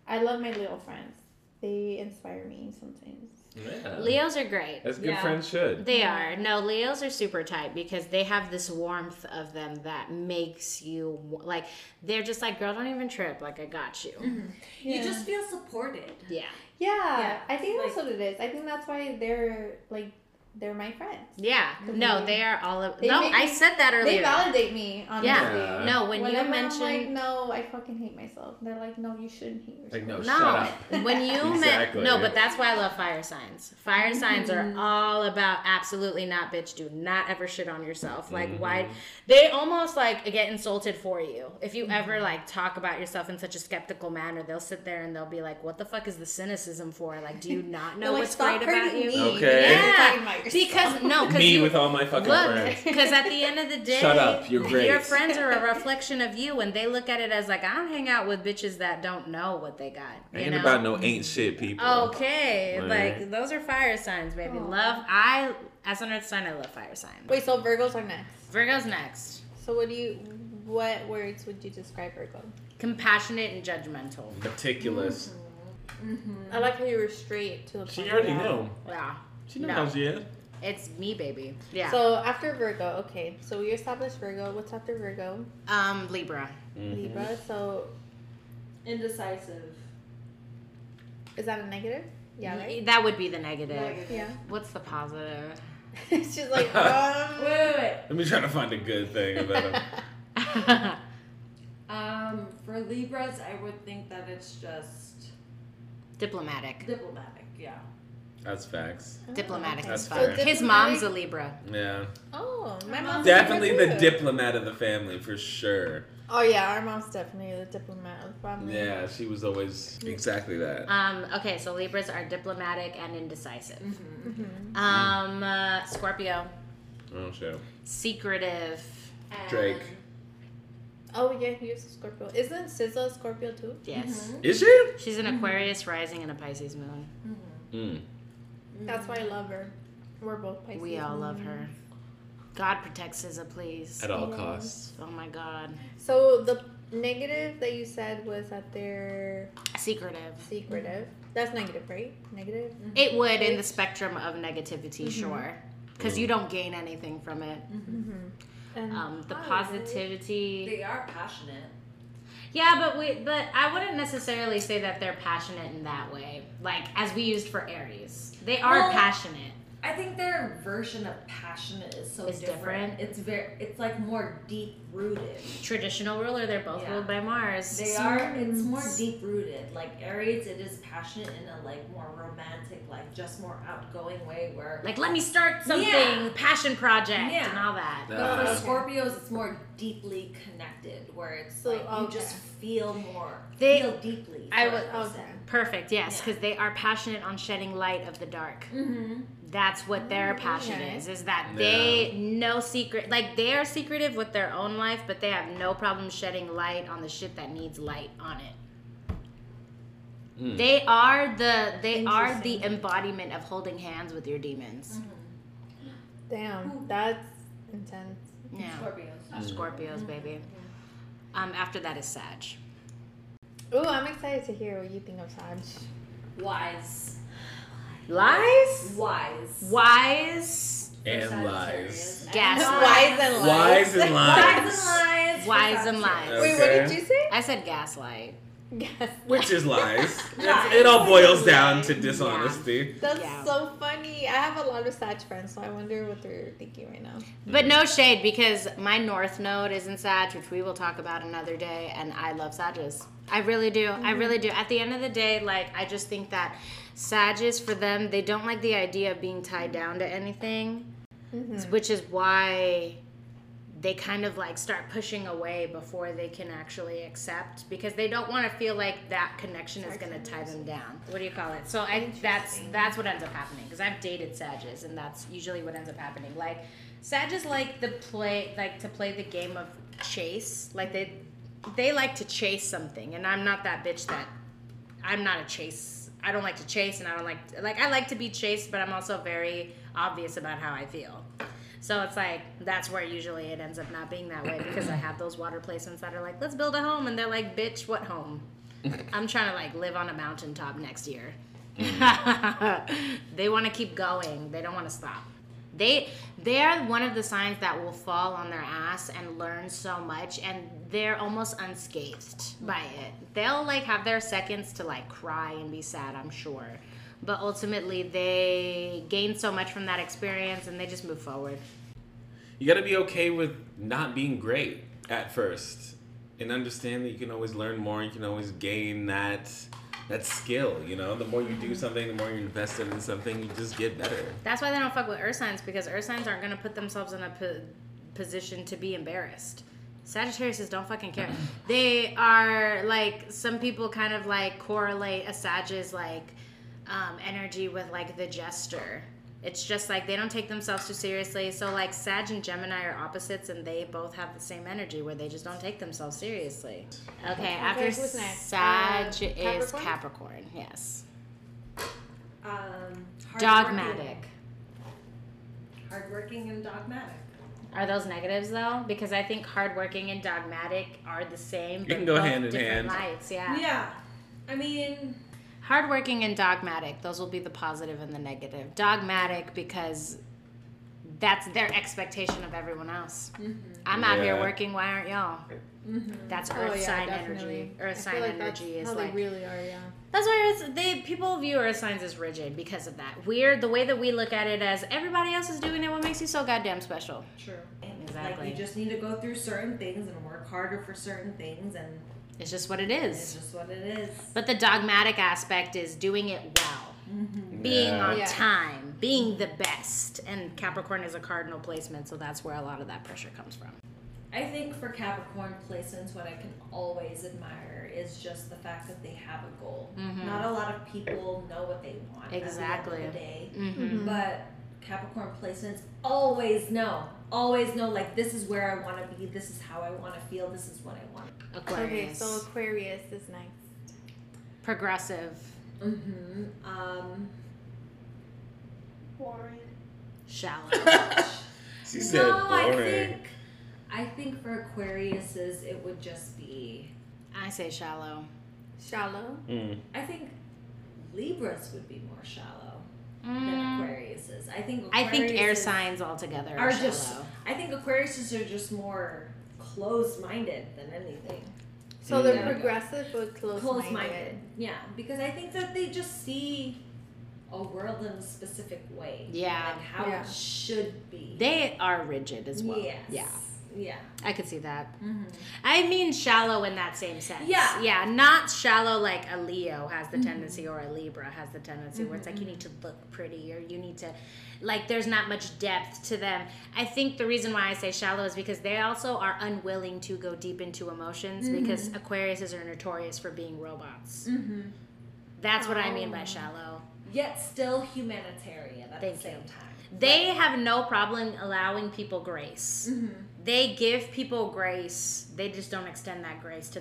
S2: I love my little friends. They inspire me sometimes.
S4: Yeah.
S3: Leos are great.
S4: As good
S5: Yeah.
S4: friends should.
S3: They are. No, Leos are super tight because they have this warmth of them that makes you like they're just like, girl, don't even trip. Like I got you.
S5: Mm-hmm. you just feel supported.
S3: Yeah.
S2: yeah,
S5: Yeah,
S2: I think that's
S5: like-
S2: what it is. I think that's why they're like they're my friends.
S3: Yeah. No, they are all of
S2: They
S3: No,
S2: make
S3: I
S2: me-
S3: said that
S2: They
S3: earlier.
S2: validate me. Honestly.
S4: Yeah.
S3: no, when
S2: Whenever
S3: you mentioned
S2: I'm like, no, I fucking hate myself. They're like, no, you shouldn't hate yourself.
S4: Like, no, shut
S3: No,
S4: up.
S3: when you
S4: Exactly.
S3: meant no, but that's why I love fire signs. Fire signs are
S2: Mm-hmm.
S3: all about absolutely not, bitch. Do not ever shit on yourself. Like
S4: Mm.
S3: why?
S4: Mm-hmm.
S3: They almost like get insulted for you if you
S2: Mm-hmm.
S3: ever like talk about yourself in such a skeptical manner. They'll sit there and they'll be like, "What the fuck is the cynicism for? Like, do you not know
S2: They're like,
S3: what's
S2: "Stop
S3: great about
S2: hurting
S3: you?"
S2: me.
S4: Okay.
S2: You're talking about
S3: Yeah,
S2: yourself.
S3: because no, because
S4: Me
S3: you,
S4: with all my fucking
S3: Look,
S4: friends.
S3: because at the end of the day,
S4: Shut up, you're great.
S3: Your friends are a reflection of you, and they look at it as like, I don't hang out with bitches that don't know what they got. You
S4: Ain't
S3: know? Oh.
S4: about no ain't shit people.
S3: Okay,
S4: Right.
S3: like those are fire signs, baby. Love, I as an earth sign, I love fire signs.
S2: Wait, so Virgos are next.
S3: Virgo's next.
S2: So what do you, what words would you describe Virgo?
S3: Compassionate and judgmental.
S4: Meticulous.
S2: I like how you were straight to the point.
S4: She already knew.
S3: Mm. Yeah,
S4: She knew
S3: No.
S4: how she is.
S3: it's me, baby. Yeah.
S2: So after Virgo, okay. So we established Virgo. What's after Virgo?
S3: um, Libra.
S4: Mm-hmm.
S3: Mm-hmm.
S2: Libra. So
S5: Indecisive.
S2: is that a negative? Yeah. Right?
S3: Y- That would be the negative.
S2: Mm-hmm. Yeah.
S3: What's the positive?
S2: She's like, um,
S5: Wait, wait, wait.
S4: Let me try to find a good thing about him.
S5: Um, for Libras, I would think that it's just
S3: Diplomatic.
S5: diplomatic. Yeah.
S4: That's facts.
S3: Diplomatic as
S4: That's
S3: fuck.
S4: fair.
S3: His
S2: Oh, Diplomatic-
S3: mom's a Libra.
S4: Yeah.
S2: oh, my mom's
S4: Definitely
S2: Libra
S4: the
S2: too.
S4: diplomat of the family for sure.
S2: Oh yeah, our mom's definitely the diplomat of the
S3: Mm.
S2: family.
S4: Yeah, she was always exactly that.
S3: Um, okay, so Libras are diplomatic and indecisive.
S5: Mm-hmm.
S3: Um, uh, Scorpio,
S4: Oh shit.
S3: secretive.
S4: Drake.
S2: Oh yeah, he was a Scorpio. Isn't SZA a Scorpio too?
S3: Yes.
S2: Mm-hmm.
S4: Is she?
S3: She's an Aquarius rising and a Pisces moon.
S4: Mm.
S2: Mm-hmm. That's why I love her. We're both Pisces.
S3: We all love her. God protects SZA, please.
S4: At all costs.
S3: Oh my God.
S2: So the negative that you said was that they're
S3: Secretive.
S2: secretive. That's negative, right? Negative.
S3: It would in the spectrum of negativity,
S5: Mm-hmm.
S3: sure. Because you don't gain anything from it.
S2: And
S3: Um, the
S2: positive.
S3: positivity.
S5: Mm-hmm. They are passionate.
S3: Yeah, but we, but I wouldn't necessarily say that they're passionate in that way. Like as we used for Aries, they are
S5: Well,
S3: passionate.
S5: I think their version of passionate is so
S3: Is different.
S5: different. It's very. It's like more deep rooted.
S3: Traditional ruler, they're both
S5: Yeah.
S3: ruled by Mars.
S5: They are. It's more deep rooted. Like Aries, it is passionate in a like more romantic, like just more outgoing way. Where
S3: like let me start something
S5: Yeah.
S3: passion project
S5: Yeah.
S3: and all that
S5: But
S4: Ah.
S5: for Scorpios, it's more deeply connected, where it's
S2: So,
S5: like you
S2: okay.
S5: just feel more,
S3: They-
S5: feel deeply.
S3: I
S5: for
S3: would-
S5: a person.
S2: Okay.
S3: perfect yes
S5: Yeah.
S3: because they are passionate on shedding light of the dark
S5: Mm-hmm.
S3: that's what their passion
S2: Okay.
S3: is is that
S4: Yeah.
S3: they no secret like they are secretive with their own life but they have no problem shedding light on the shit that needs light on it
S4: Mm.
S3: they are the they are the embodiment of holding hands with your demons
S2: Damn, that's intense.
S5: Mm-hmm.
S3: yeah
S5: Scorpios.
S3: scorpios baby um after that is sag
S2: Ooh, I'm excited to hear what you think of Taj.
S5: Wise.
S3: Lies?
S5: Wise.
S3: Wise.
S4: And
S5: Sagittarius.
S4: lies.
S3: Gaslight.
S2: and
S4: Lies and lies.
S5: Wise and lies.
S3: Wise and lies.
S2: Wait, what did
S4: Okay.
S2: you say?
S3: I said gaslight.
S2: Yes.
S4: Which is lies. It's- it all boils down to
S2: Lies.
S4: dishonesty.
S2: That's
S3: Yeah.
S2: so funny. I have a lot of Sag friends, so I wonder what they're thinking right now.
S3: But no shade because my north node is in Sag, which we will talk about another day, and I love Sages. I really do. I really do. At the end of the day, like I just think that Sages for them, they don't like the idea of being tied down to anything, which is why they kind of like start pushing away before they can actually accept because they don't want to feel like that connection is going to tie them down. What do you call it? So I that's that's what ends up happening because I've dated Sages and that's usually what ends up happening. Like Sages like the play like to play the game of chase. Like they they like to chase something and I'm not that bitch that I'm not a chase. I don't like to chase, and I don't like like I like to be chased, but I'm also very obvious about how I feel. So it's like that's where usually it ends up not being that way because I have those water placements that are like, let's build a home, and they're like, bitch, what home? I'm trying to like live on a mountaintop next year. they want to keep going. They don't want to stop. They they are one of the signs that will fall on their ass and learn so much and they're almost unscathed by it. They'll like have their seconds to like cry and be sad, I'm sure. But ultimately they gain so much from that experience and they just move forward.
S4: You gotta be okay with not being great at first. And understand that you can always learn more, you can always gain that that skill, you know. The more you do something, the more you're invested in something, you just get better.
S3: That's why they don't fuck with earth signs because earth signs aren't gonna put themselves in a po- position to be embarrassed. Sagittariuses don't fucking care. they are like some people kind of like correlate a Sag's like um, energy with like the jester. It's just like they don't take themselves too seriously. So like Sag and Gemini are opposites, and they both have the same energy where they just don't take themselves seriously. Okay, after
S2: who's next?
S3: Sag
S2: Uh,
S3: is
S2: Capricorn?
S3: Capricorn. Yes,
S5: Um, hardworking-
S3: dogmatic.
S5: Hardworking and dogmatic.
S3: Are those negatives though? Because I think hardworking and dogmatic are the same.
S4: You can
S3: but
S4: go
S3: both
S4: hand in
S3: different
S4: hand.
S3: Lights, yeah.
S5: Yeah. I mean,
S3: Hardworking and dogmatic. Those will be the positive and the negative. Dogmatic because that's their expectation of everyone else. I'm out here
S4: Yeah.
S3: working. Why aren't y'all?
S5: mm-hmm.
S2: Oh,
S3: That's earth sign energy. Earth sign energy is
S2: how
S3: like
S2: they really are. Yeah.
S3: That's why it's, they people view our signs as rigid because of that. We're the way that we look at it as everybody else is doing it. What makes you so goddamn special?
S5: true. And
S3: Exactly.
S5: Like you just need to go through certain things and work harder for certain things, and
S3: It's just what it is.
S5: it's just what it is.
S3: But the dogmatic aspect is doing it well, being
S4: Yeah.
S3: on
S2: Yeah.
S3: time, being the best. And Capricorn is a cardinal placement, so that's where a lot of that pressure comes from.
S5: I think for Capricorn placements, what I can always admire is just the fact that they have a goal. Not a lot of people know what they want at the end
S3: Exactly.
S5: of the day,
S3: Mm-hmm.
S5: but Capricorn placements always know, always know like this is where I want to be, this is how I want to feel, this is what I want.
S2: Okay,
S3: Mm-hmm. Aquarius,
S2: so Aquarius is nice.
S3: progressive,
S5: Mm-hmm. Um,
S6: Warren.
S3: shallow.
S4: She said
S5: no, I
S4: boring.
S5: think I think for Aquariuses, it would just be.
S3: I say shallow.
S2: Shallow.
S4: Mm.
S5: I think Libras would be more shallow than
S3: Mm,
S5: Aquariuses. I think. Aquariuses
S3: I think air signs altogether are,
S5: are
S3: shallow.
S5: just- I think Aquariuses are just more closed-minded than anything.
S3: Mm.
S2: So they're
S5: Yeah.
S2: progressive but close-minded.
S5: Closed-minded. Yeah, because I think that they just see a world in a specific way.
S3: Yeah.
S5: Like how
S2: Yeah.
S5: it should be.
S3: they are rigid as well.
S5: Yes.
S3: Yeah,
S5: Yeah.
S3: I could see that.
S5: Mm-hmm.
S3: I mean shallow in that same sense.
S5: Yeah.
S3: Yeah, not shallow like a Leo has the tendency or a Libra has the tendency where it's like you need to look pretty or you need to like there's not much depth to them. I think the reason why I say shallow is because they also are unwilling to go deep into emotions because Aquariuses are notorious for being robots.
S5: Mm-hmm.
S3: That's what I mean by shallow.
S5: Yet still humanitarian at
S3: Thank
S5: the
S3: you.
S5: same time.
S3: They have no problem allowing people grace.
S5: Mm-hmm.
S3: They give people grace. They just don't extend that grace to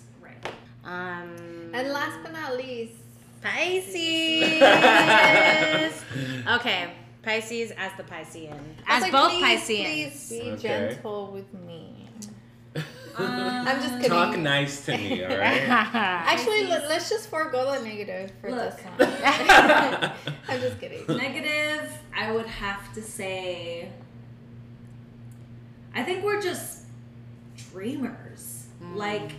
S3: themselves.
S5: Right.
S3: Um
S2: And last but not least,
S3: Pisces. okay, Pisces as the Piscean,
S2: I
S3: as
S2: was like,
S3: both
S2: please,
S3: Pisceans.
S2: Please be
S4: Okay.
S2: gentle with me.
S5: Um,
S2: I'm just kidding.
S4: Talk nice to me, all right?
S3: I
S2: Actually, let, let's just forego the negative for
S5: Look.
S2: this one. I'm just kidding.
S5: Negative, I would have to say. I think we're just dreamers.
S3: Mm.
S5: Like,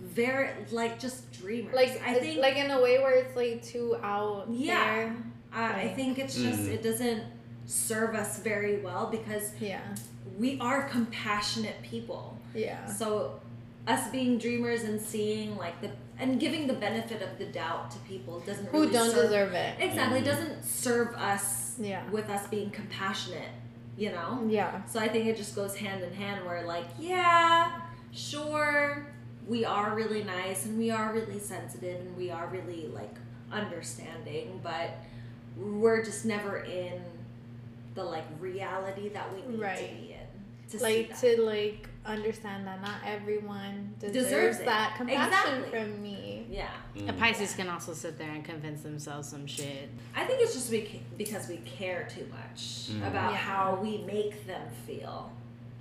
S5: very, like, just dreamers.
S2: Like
S5: I think,
S2: like in a way where it's like too out
S5: Yeah. uh, I, I think it's just,
S4: Mm.
S5: it doesn't serve us very well because
S2: there. Yeah.
S5: we are compassionate people.
S2: Yeah.
S5: So, us being dreamers and seeing, like, the, and giving the benefit of the doubt to people doesn't
S2: Who
S5: really
S2: don't
S5: serve
S2: deserve it?
S5: Exactly.
S4: Mhm.
S5: It doesn't serve us
S2: Yeah.
S5: with us being compassionate, you know?
S2: Yeah.
S5: So I think it just goes hand in hand where, like, yeah, sure, we are really nice and we are really sensitive and we are really, like, understanding, but we're just never in the, like, reality that we need to
S2: Right.
S5: be in. To see
S2: Like
S5: that.
S2: to like understand that not everyone deserves,
S5: Deserves it.
S2: that compassion
S5: Exactly.
S2: from me.
S5: yeah.
S3: And
S4: Mm.
S3: Pisces can also sit there and convince themselves some shit.
S5: I think it's just we ca- because we care too much
S4: Mm.
S5: about
S2: Yeah.
S5: how we make them feel,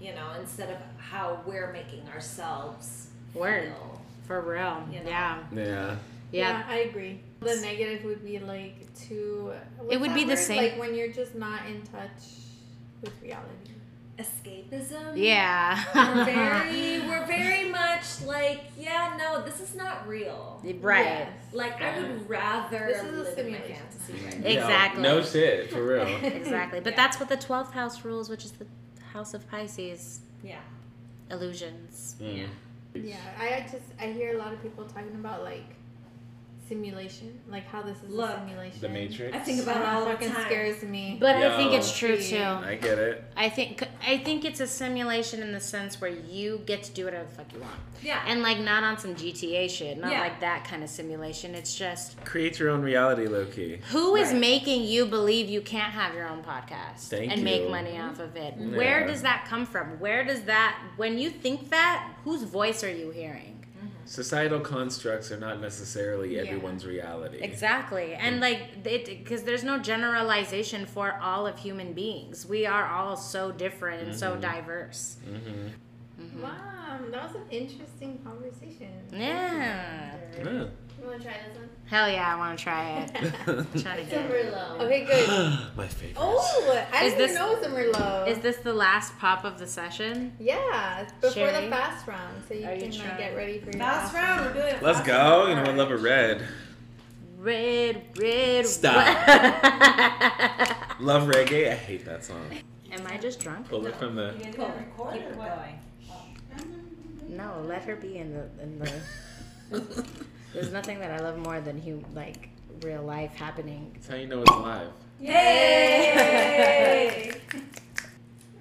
S5: you know, instead of how we're making ourselves
S3: Word.
S5: feel.
S3: For real.
S5: You know.
S3: Yeah.
S4: Yeah.
S3: Yeah.
S2: I agree. The negative would be like too. what's
S3: It would
S2: that
S3: be the
S2: word?
S3: same-
S2: Like when you're just not in touch with reality.
S5: Escapism.
S3: Yeah.
S5: We're very, we're very much like, yeah, no, this is not real.
S3: right.
S5: Like, I would rather
S2: This is a
S5: live in my
S2: simulation.
S5: fantasy right
S4: No-
S5: now.
S3: Exactly.
S4: No, shit, for real. Mm.
S3: Exactly. But
S5: Yeah.
S3: that's what the 12th house rules, which is the house of Pisces.
S5: Yeah.
S3: Illusions.
S4: Mm.
S2: Yeah, I just I hear a lot of people talking about like simulation, like how this is
S5: Look,
S2: a simulation.
S4: The Matrix.
S5: I think
S2: That
S5: about it all the
S2: fucking
S5: time.
S2: scares me.
S3: But I
S4: Yo.
S3: think it's true too.
S4: I get it.
S3: I think I think it's a simulation in the sense where you get to do whatever the fuck you want,
S5: Yeah.
S3: and like not on some GTA shit, not
S5: Yeah.
S3: like that kind of simulation. It's just
S4: Create your own reality, Loki.
S3: who is
S5: Right.
S3: making you believe you can't have your own podcast
S4: Thank
S3: and make
S4: you.
S3: money off of it? Where
S4: Yeah.
S3: does that come from? Where does that when you think that whose voice are you hearing?
S4: Societal constructs are not necessarily
S2: Yeah.
S4: everyone's reality.
S3: Exactly. And like it because there's no generalization for all of human beings. We are all so different and so diverse.
S4: Mm-hmm.
S2: Wow, that was an interesting conversation.
S3: Yeah.
S4: Yeah.
S6: You want to try this one?
S3: Hell yeah, I want to try it. Try to
S6: It's a
S3: get it.
S6: Merlot.
S2: Okay, good.
S4: My favorite.
S2: Oh, I
S3: Is
S2: didn't
S3: this-
S2: even know it was a Merlot.
S3: Is this the last pop of the session?
S2: yeah, before
S3: Sherry?
S2: the fast round, so you
S3: Are you
S2: can like,
S3: trying?
S2: get ready for your
S5: Last round, we're doing it
S4: Let's
S5: fast
S4: go.
S5: and
S4: You know, I
S5: hard.
S4: love a red.
S3: Red, red.
S4: Stop.
S3: Am
S4: Love reggae. I hate that song.
S3: I just drunk?
S4: Pull it from the.
S5: Keep it going.
S3: No, let her be in the in the. There's nothing that I love more than hum- like real life happening.
S4: That's how you know it's live.
S5: Yay!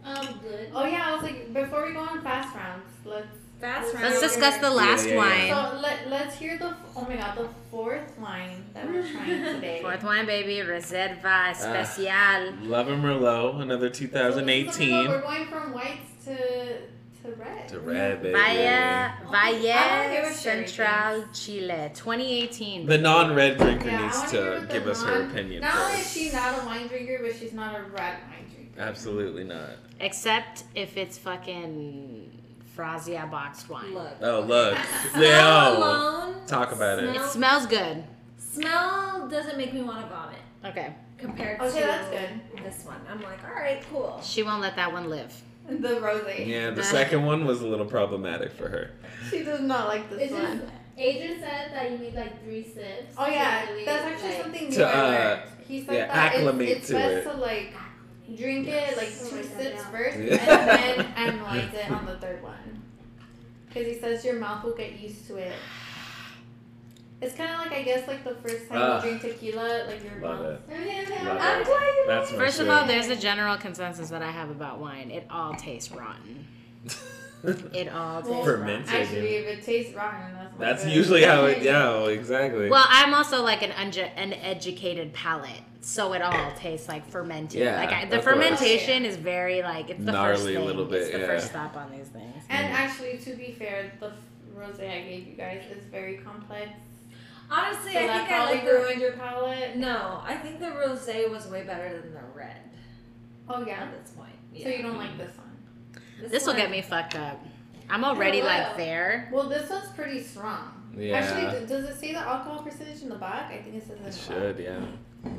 S6: Um, good.
S2: Oh yeah, I was like, before we go on fast rounds, let's
S5: Fast round.
S3: Let's discuss the last
S4: yeah, yeah.
S3: wine.
S2: so let let's hear the oh my god the fourth wine that we're trying today.
S3: Fourth wine, baby.
S4: Ah.
S3: Reserva Especial.
S4: Love and Merlot, another
S2: So this is the Merlot.
S4: 2018.
S2: We're going from whites to to red.
S4: To red, baby.
S3: Vaya,
S2: I don't
S3: Valle
S2: give a shit,
S3: Central, Chile. 2018.
S4: The non-red drinker
S2: Yeah, I
S4: needs
S2: wanna hear
S4: to
S2: what the
S4: give us her
S2: non-
S4: opinion
S2: Not only is
S4: first.
S2: she not a wine drinker, but she's not a red wine drinker.
S4: Absolutely not.
S3: Except if it's fucking Frazia boxed wine.
S5: Look.
S4: Oh, look.
S5: Smell
S4: Yo.
S5: alone.
S4: Talk about it.
S3: It
S5: Smell,
S3: smells good.
S5: smell doesn't make me want to vomit
S3: Okay.
S5: compared
S2: Okay,
S5: to
S2: that's good.
S5: this one. I'm like, all right, cool.
S3: She won't let that one live.
S2: The rosé.
S4: Yeah, the second one was a little problematic for her.
S2: She does not like this
S6: It's
S2: one.
S6: just, Adrian said that you need like three sips.
S2: Oh yeah,
S6: to really,
S2: that's actually
S6: like,
S2: something new.
S4: To,
S2: I
S4: uh,
S2: learned. He said
S4: yeah,
S2: that it's-
S4: acclimate
S2: it's
S4: to
S2: best
S4: it.
S2: to like drink it like
S6: Oh,
S2: two
S6: write that
S2: sips
S6: down.
S2: first,
S4: Yeah.
S2: and then analyze it on the third one. Because he says your mouth will get used to it. It's kind of like I guess like the first time
S4: Ah.
S2: you drink tequila, like your
S4: Love
S2: mouth.
S6: Okay, okay,
S4: Love
S6: I'm
S4: it.
S6: glad you
S4: That's my
S3: First of
S4: Oh, shit.
S3: all, there's a general consensus that I have about wine. It all tastes rotten. It all tastes
S4: Fermented.
S3: rotten.
S2: Actually, if it tastes rotten, that's not
S4: That's
S2: good.
S4: usually how it. Yeah, exactly.
S3: Well, I'm also like an unge- an educated palate, so it all tastes like fermented.
S4: Yeah,
S3: like I, the
S4: of course.
S3: fermentation is very like it's the first
S4: Gnarly
S3: thing.
S4: a little bit,
S3: it's the
S4: yeah.
S3: first stop on these things.
S2: And actually, to be fair, the f- rosé I gave you guys is very complex.
S5: Honestly,
S2: So
S5: I
S2: that
S5: think I
S2: probably
S5: like the.
S2: ruined your palate.
S5: No, I think the rosé was way better than the red
S2: Oh yeah.
S5: at this point. Yeah.
S2: So you don't like this one.
S3: This will get me fucked up. I'm already
S2: Hello.
S3: like there.
S2: Well, this one's pretty strong.
S4: Yeah.
S2: Actually, th- does it say the alcohol percentage in the back? I think it says in the
S4: It
S2: back.
S4: should, yeah.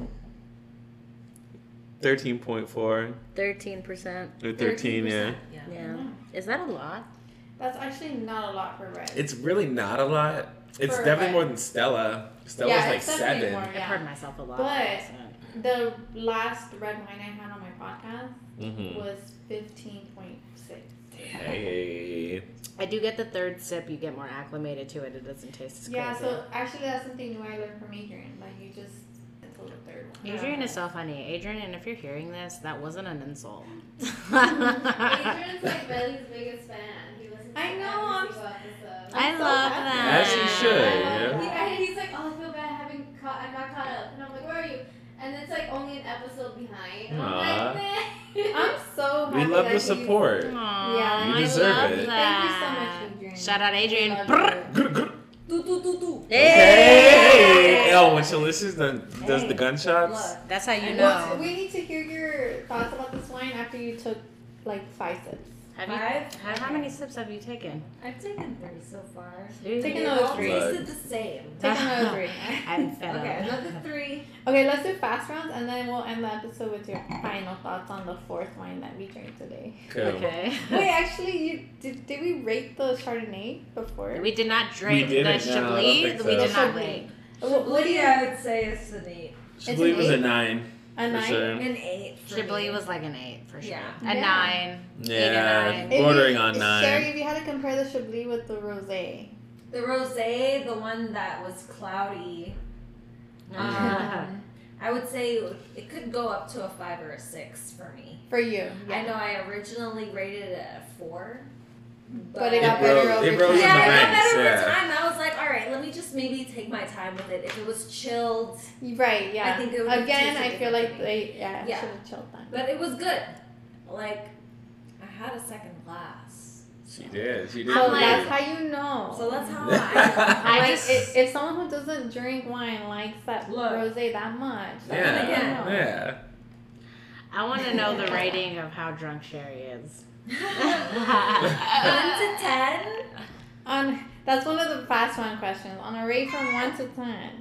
S4: Thirteen point four
S3: Thirteen percent.
S4: or thirteen, yeah.
S5: 13%, Yeah.
S3: Yeah. Is that a lot?
S2: Hmm. That's actually not a lot for red.
S4: It's really not a lot. It's
S2: For
S4: definitely
S2: what?
S4: more than Stella. Stella's
S2: yeah,
S4: like
S2: it's definitely
S4: seven.
S2: More,
S3: I've
S2: yeah.
S3: heard myself a lot.
S2: But-
S3: so.
S2: The last red wine I had on my podcast
S4: Mm-hmm.
S2: was fifteen point six.
S4: Hey.
S3: I do get the third sip. You get more acclimated to it. It doesn't taste as
S2: Yeah,
S3: crazy.
S2: so actually that's something new I learned from Adrian. Like you just until the third one.
S3: Adrian is so funny. Adrian, and if you're hearing this, that wasn't an insult.
S6: Adrian's like Belly's biggest fan. He listens
S2: I
S6: to
S2: know,
S6: every single episode.
S3: I
S2: I'm so
S3: love
S2: happy.
S3: that.
S4: As you should,
S6: I
S4: you
S6: love-
S4: know?
S6: he- and he's like, oh, I feel bad having caught. I got caught up, and I'm like, where are you? And it's like only an episode behind. And I'm like, "Meh."
S2: I'm so happy.
S4: We
S2: that
S4: love the
S2: you-
S4: support.
S3: Aw,
S2: Yeah. You
S3: I
S4: deserve
S3: love
S4: it. Thank you so
S3: that.
S2: much, Adrian.
S3: Shout out,
S2: We
S3: Adrian.
S2: love
S3: Brr.
S2: you.
S4: Good, good.
S5: Do do do do.
S4: Hey! Oh, when she listens, then does the gunshots?
S3: That's how you
S2: And
S3: know.
S2: what's- We need to hear your thoughts about this wine after you took like five sips.
S3: Have you?
S5: Five.
S3: How, how many sips have you taken?
S5: I've taken three so far.
S2: Take
S5: They
S2: another
S5: all
S2: three.
S5: tasted the same.
S2: Take another three.
S3: I'm fed
S5: Okay,
S3: up.
S5: another three.
S2: Okay, let's do fast rounds and then we'll end the episode with your final thoughts on the fourth wine that we drank today.
S4: Cool.
S3: Okay.
S2: Wait, actually, you did, did we rate the Chardonnay before?
S3: We did not drink
S4: We didn't,
S3: the
S4: no, I don't
S3: Chablis.
S4: think so.
S3: We did
S2: The
S3: not
S2: Chablis.
S3: wait.
S2: Well, what do you
S5: I would say is an eight.
S4: She
S2: It's
S4: believe it was
S2: an
S4: a nine.
S2: A
S4: for
S2: nine?
S4: sure.
S5: An eight. for me.
S3: Chablis was like an eight for sure.
S5: Yeah.
S3: A
S2: Yeah.
S3: nine.
S4: Yeah,
S3: nine.
S2: If you-
S4: bordering on nine.
S2: Sherry, if you had to compare the Chablis with the Rosé,
S5: the rosé, the one that was cloudy.
S3: Uh,
S5: Um, I would say it could go up to a five or a six for me.
S2: for you,
S5: I know I originally rated it at four, but,
S2: But it
S4: it
S2: got better
S4: rose,
S2: over
S4: it rose
S5: yeah,
S4: in
S5: I
S4: the
S5: got
S4: ranks.
S5: better over
S4: yeah.
S5: time. I was like, all right, let me just maybe take my time with it. If it was chilled,
S2: right? Yeah.
S5: I think it would
S2: Again,
S5: taste
S2: I feel like
S5: different.
S2: they yeah,
S5: Yeah.
S2: should have chilled that.
S5: but it was good. Like, I had a second glass,
S4: She did. She did.
S3: I'm
S2: So
S3: like-
S2: that's how you know.
S5: so that's how I.
S3: I
S2: like,
S3: just-
S2: i- if someone who doesn't drink wine likes that
S5: Look.
S2: rosé that much, that's
S4: yeah.
S2: how you know.
S4: Yeah.
S3: I want to know the rating of how drunk Sherry is.
S5: One to ten.
S2: On that's one of the fast one questions. On a rate from one to ten.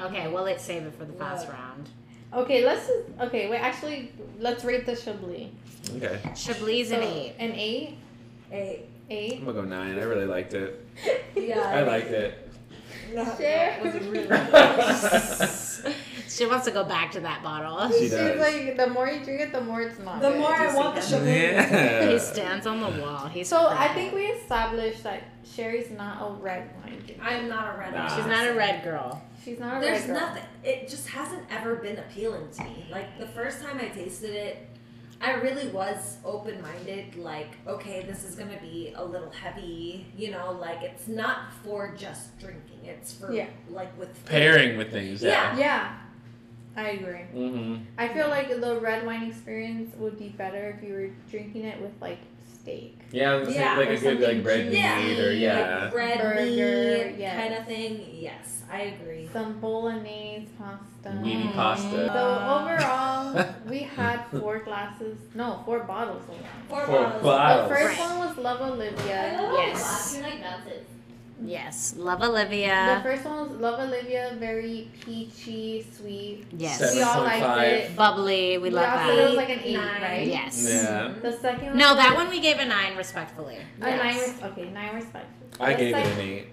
S3: Okay, well, let's save it for the fast
S5: Look.
S3: round.
S2: Okay, let's just, okay. Wait, actually, let's rate the Chablis.
S4: Okay.
S3: Chablis an
S2: So,
S3: eight.
S2: An eight.
S5: Eight.
S2: Eight.
S4: I'm gonna go nine. I really liked it.
S5: Yeah.
S4: I liked it.
S5: No,
S2: Share.
S5: that was really
S3: She wants to go back to that bottle.
S4: She
S2: She's
S4: does.
S2: like, the more you drink it, the more it's not.
S5: The
S2: good.
S5: more I
S3: Just
S5: want the
S3: like
S5: sugar.
S3: He
S4: yeah.
S3: stands on the wall. He's
S2: So I
S3: proud.
S2: think we established that Sherry's not a red wine. drinker.
S5: I'm not a red.
S4: Nah.
S3: She's not a red girl.
S2: She's not a
S5: There's
S2: red girl.
S5: nothing. It just hasn't ever been appealing to me. Like the first time I tasted it, I really was open minded. Like, okay, this is gonna be a little heavy. You know, like it's not for just drinking. It's for
S2: Yeah.
S5: like with food.
S4: Pairing with things. Yeah.
S2: Yeah, I agree.
S4: Mm-hmm.
S2: I feel like the red wine experience would be better if you were drinking it with like steak.
S4: Yeah. I was gonna say,
S5: Yeah,
S4: like
S2: or
S4: a good like
S2: something
S4: red meat
S5: juicy,
S4: or
S2: like-
S4: yeah.
S5: Like red
S2: Burger,
S5: meat
S2: yes.
S5: kind of thing. Yes, I agree.
S2: Some bolognese pasta.
S4: Meaty pasta.
S2: So overall, we had four glasses. No, four bottles. of wine.
S5: Four
S4: Four
S5: bottles.
S4: bottles.
S2: The first
S3: Right.
S2: one was Love
S5: I
S2: Olivia.
S5: love
S3: Yes.
S6: You're like bounces.
S3: Yes. Love
S2: The
S3: Olivia.
S2: first one was Love Olivia, very peachy, sweet.
S3: Yes.
S4: Seven.
S2: We all liked
S4: 7.5.
S2: it.
S3: Bubbly. We love
S2: also It was
S3: that.
S2: like an eight,
S5: Nine.
S2: right?
S3: Yes.
S4: Yeah.
S2: The second one.
S3: No, that one we gave a nine respectfully.
S2: A nine.
S5: Yes.
S2: res- Okay, nine respectful.
S4: I
S2: The
S4: gave it
S2: sec-
S4: an eight.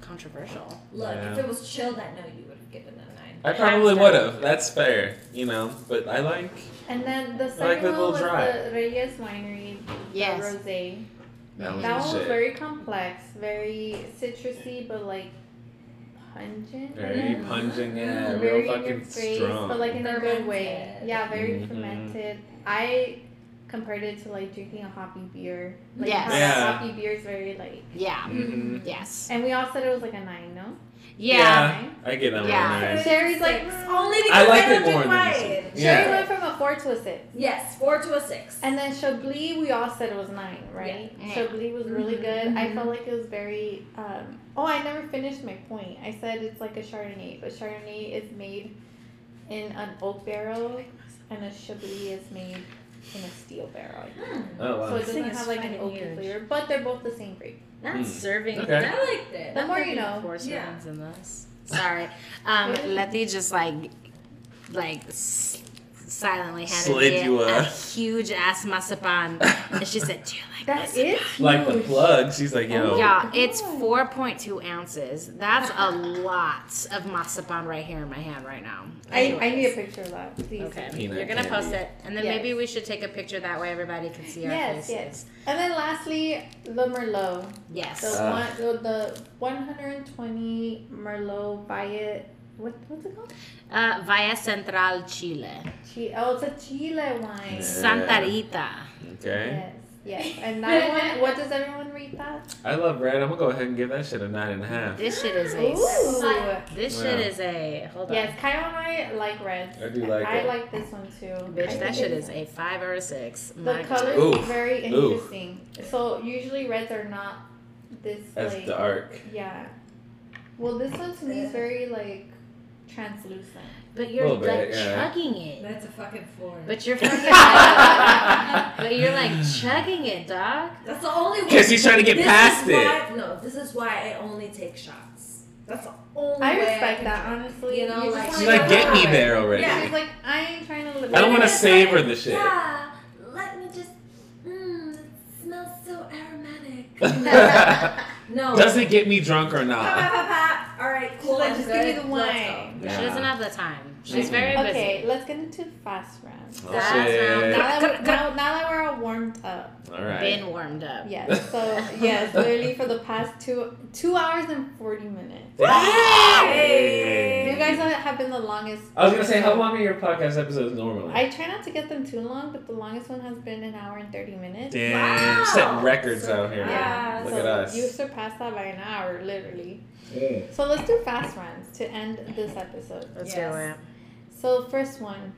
S3: Controversial.
S5: Look, if
S4: Yeah.
S5: it was chilled, I know you would have given it a nine.
S4: I probably would have. That's fair. You know. But I like.
S2: And then the
S4: like
S2: second
S4: the
S2: one
S4: little
S2: was
S4: dry.
S2: the Reyes Winery, the
S3: Yes.
S2: rosé.
S4: That was
S2: That
S4: the
S2: one was
S4: shit.
S2: very complex, very citrusy, but like pungent.
S4: Very
S2: Yeah.
S4: pungent, yeah, real
S2: Mm-hmm. very in your
S4: fucking
S2: face,
S4: strong.
S2: but like mm. in a good way.
S5: Fermented.
S2: Yeah, very
S4: Mhm.
S2: fermented. I compared it to like drinking a hoppy beer. Like
S3: Yes.
S2: how that
S4: Yeah.
S2: hoppy beer is very like.
S3: Yeah.
S4: Mhm.
S3: Yes.
S2: And we all said it was like a nine, no?
S3: Yeah.
S4: I get that
S3: Yeah.
S4: one a nine.
S2: Sherry's like,
S5: Six.
S2: "Mm."
S5: only because
S4: I liked
S5: don't
S4: it
S5: drink
S4: more than
S5: wine.
S4: this one.
S2: Sherry
S4: Yeah.
S2: went from a four to a six.
S5: Yes, four to a six.
S2: And then Chablis, we all said it was nine, right?
S3: Yeah. Mm-hmm.
S2: Chablis was really
S5: Mhm,
S2: good. I
S5: mhm.
S2: felt like it was very. Um, oh, I never finished my point. I said it's like a Chardonnay, but Chardonnay is made in an oak barrel, and a Chablis is made in a steel barrel.
S5: Hmm.
S4: Oh
S2: So
S4: wow.
S2: it doesn't
S3: Thing is
S2: have like an
S3: fucking
S2: oaky
S3: huge.
S2: flavor, but they're both the same grape.
S3: Not
S4: Mm.
S3: serving.
S4: Okay.
S5: I liked it.
S2: The more you know.
S3: Four
S5: Yeah.
S3: servings in this. Sorry, um, Letty just like, like s- silently handed
S4: Slid
S3: me
S4: you
S3: a,
S4: a-
S3: huge ass masapan, and she said, "Do you like
S2: That
S3: masapan?"
S2: is
S4: Like the plug. She's like, yo.
S3: Yeah, it's 4.2 ounces. That's a lot of masapan right here in my hand right now.
S2: I, I need a
S3: Anyways.
S2: picture of that, please.
S3: Okay,
S4: Peanut
S3: you're gonna
S4: candy.
S3: post it, and then
S2: Yes.
S3: maybe we should take a picture that way everybody can see our
S2: Yes,
S3: faces.
S2: And then lastly, the Merlot.
S3: Yes.
S2: The
S4: Ah.
S2: one, the, the 120 Merlot Valle. What, what's it called?
S3: Uh, Valle Central, Chile.
S2: Chi- oh, it's a Chile wine.
S3: Santa Rita.
S4: Okay.
S2: Yes, yes. And that one, what does everyone rate that?
S4: I love red. I'm gonna go ahead and give that shit a nine and a half.
S3: This shit is a. This shit
S4: Wow.
S3: is a. Hold on.
S2: Yes, Kyle and I like red.
S4: I do like
S2: I
S4: it.
S2: like this one too. I
S3: Bitch,
S2: think
S3: that shit
S2: it's-
S3: is a five or a six.
S2: The
S3: My
S2: color
S3: God.
S4: Ooh.
S2: is very
S4: Ooh.
S2: interesting. So usually reds are not this
S4: That's
S2: like
S4: dark.
S2: yeah. Well, this one to me is very like translucent.
S3: But you're
S4: Little
S3: like
S4: bit, yeah.
S3: chugging it.
S5: That's a fucking four.
S3: But you're fucking. like, but you're like chugging it, dog.
S5: That's the only way.
S4: Because he's trying to get
S5: This is
S4: past it.
S5: why- No, this is why I only take shots. That's the only
S2: I
S5: way
S2: respect
S5: can-
S2: that honestly.
S5: You know,
S2: just
S5: like-
S2: wanna
S4: She's like,
S2: go
S4: get me
S2: over it."
S4: there already.
S5: Yeah.
S2: She's like, I ain't trying to live.
S4: I don't
S2: in
S4: want to
S2: it."
S4: savor the shit.
S5: Yeah, let me just. Mmm, it smells so aromatic. no.
S4: Does it get me drunk or
S5: Pop, pop,
S4: not?
S5: pop, pop. All right,
S2: She's
S5: cool.
S2: like,
S5: I'm
S2: just
S5: good.
S2: give me the
S5: Let's
S2: wine.
S3: She doesn't have the time. She's very busy.
S2: Okay, let's get into fast round.
S4: Oh,
S3: That's
S4: shit.
S2: Now that, we're, now, now that we're all warmed up,
S4: All right.
S3: Been warmed up.
S2: yes. So yes, literally for the past two two hours and forty minutes.
S4: Hey.
S2: You guys have been the longest.
S4: I was gonna say, how
S2: episode.
S4: long are your podcast episodes normally?
S2: I try not to get them too long, but the longest one has been an hour and 30 minutes.
S4: Damn,
S5: Wow.
S4: setting records out here.
S5: Yeah,
S4: Look
S2: so
S4: at us.
S2: You surpassed that by an hour, literally.
S4: Mm.
S2: So let's do fast runs to end this episode.
S3: Let's
S5: Yes.
S3: do it.
S2: So, first one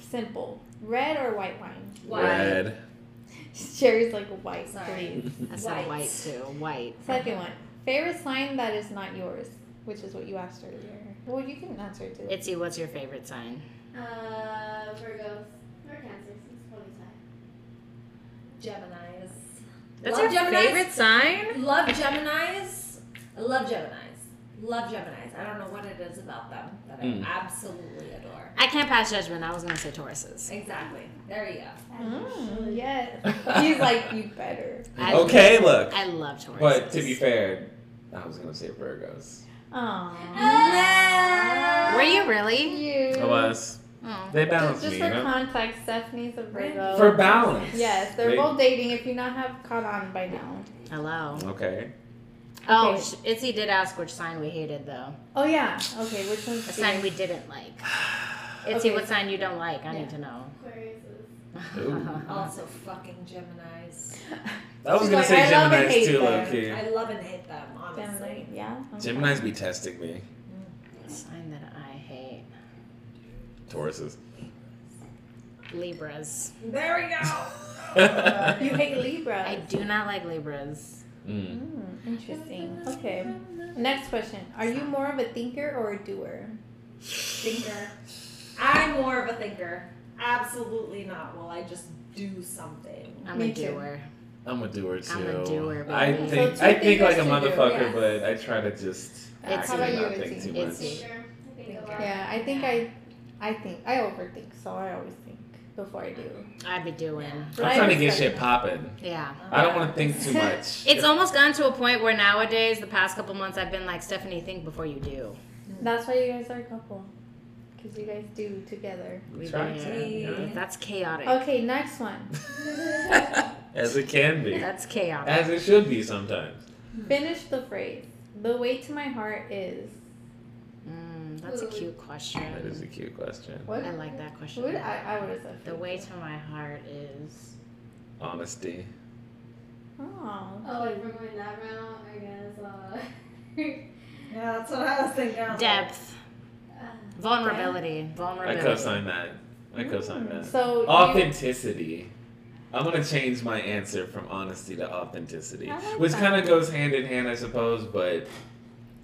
S2: simple red or white wine?
S5: go. Wine.
S4: Red.
S2: Sherry's like white,
S5: Sorry.
S2: please.
S3: That's not
S5: White.
S3: white too. White.
S2: Second one favorite sign that is not yours, which is what you asked earlier. Well, you can answer it too.
S3: Itzy, what's your favorite sign?
S6: Uh, Virgos or Cancers. It's probably time.
S5: Gemini's.
S3: That's
S5: Love
S3: your
S5: Gemini's.
S3: favorite sign?
S5: Love Gemini's. I love Gemini's. Love Gemini's. I don't know what it is about them that I
S4: Mm.
S5: absolutely adore.
S3: I can't pass judgment. I was gonna say Tauruses.
S5: Exactly. There you go.
S2: Mm, yes. He's like, you better.
S3: I-
S4: Okay, look.
S3: I love Tauruses.
S4: But to be fair, I was gonna say Virgos.
S2: Aww.
S3: were you really?
S2: Cute.
S4: I was.
S3: Oh.
S4: They balanced
S2: Just,
S4: me.
S2: just
S4: You
S2: for
S4: know?
S2: context, Stephanie's a Virgo.
S4: For balance.
S2: Yes, they're
S4: They-
S2: both dating. If you not have caught on by now.
S3: Hello.
S4: Okay.
S3: Oh,
S2: Okay.
S3: sh- Itzy did ask which sign we hated though.
S2: Oh yeah. Okay, which one's
S3: A
S2: the-
S3: sign we didn't like. Itzy,
S2: Okay.
S3: what sign you don't like? I need to know.
S6: Aquarius is
S4: Ooh.
S5: Also, fucking Gemini's.
S4: I was
S2: She's
S4: gonna
S2: like,
S4: say
S2: I love and
S4: Gemini's
S2: hate
S4: too,
S2: them.
S4: low key.
S5: I love and hate them, honestly.
S2: Gemini? Yeah. okay.
S4: Gemini's be testing me.
S3: sign that I hate.
S4: Tauruses.
S3: Libras.
S5: There we go.
S2: You hate Libra.
S3: I do not like Libras.
S4: Mm.
S2: Mm, interesting. Okay. Next question: Are you more of a thinker or a doer?
S5: thinker. I'm more of a thinker. Absolutely not. Well, I just do something.
S3: I'm
S2: Me
S3: a
S2: too.
S3: doer.
S4: I'm a doer too.
S3: I'm a doer,
S4: I
S3: baby.
S2: So
S4: think
S2: two
S4: I think like a
S2: fingers to do,
S4: motherfucker,
S5: yes.
S4: but I try to just
S3: It's-
S4: act
S3: How
S4: and
S2: about
S4: not
S2: you,
S4: think
S2: Itzy?
S4: too
S3: It's-
S4: much.
S6: Thinker. I think a
S5: Thinker.
S6: lot.
S2: Yeah, I think I, I think I overthink, so I always think before I do.
S3: I'd be doing.
S4: I'm trying to get shit popping.
S3: Yeah.
S4: I don't want to think too much.
S3: It's almost gotten to a point where nowadays, the past couple months, I've been like, Stephanie, think before you do.
S2: That's why you guys are a couple, because you guys do together.
S3: We
S4: Try
S3: did.
S4: to, you know?
S3: That's chaotic.
S2: Okay, next one.
S4: as it can be,
S3: That's chaotic.
S4: as it should be sometimes.
S2: Finish the phrase. The way to my heart is.
S3: Mm, that's a cute question.
S4: That is a cute question.
S2: What?
S3: I like that
S2: What would
S3: question.
S2: I, I would have said.
S3: The way to my heart is.
S4: Honesty.
S2: Oh.
S6: Oh, like we're going that round, I guess. Uh,
S5: Yeah, that's what I was thinking. I was
S3: Depth.
S6: uh,
S3: Vulnerability.
S4: I
S3: Vulnerability.
S4: co-sign that. I co-sign
S3: Mm.
S4: that.
S2: So. you-
S4: Authenticity. I'm gonna change my answer from honesty to authenticity,
S2: I like
S4: which
S2: that.
S4: kind of goes hand in hand, I suppose. But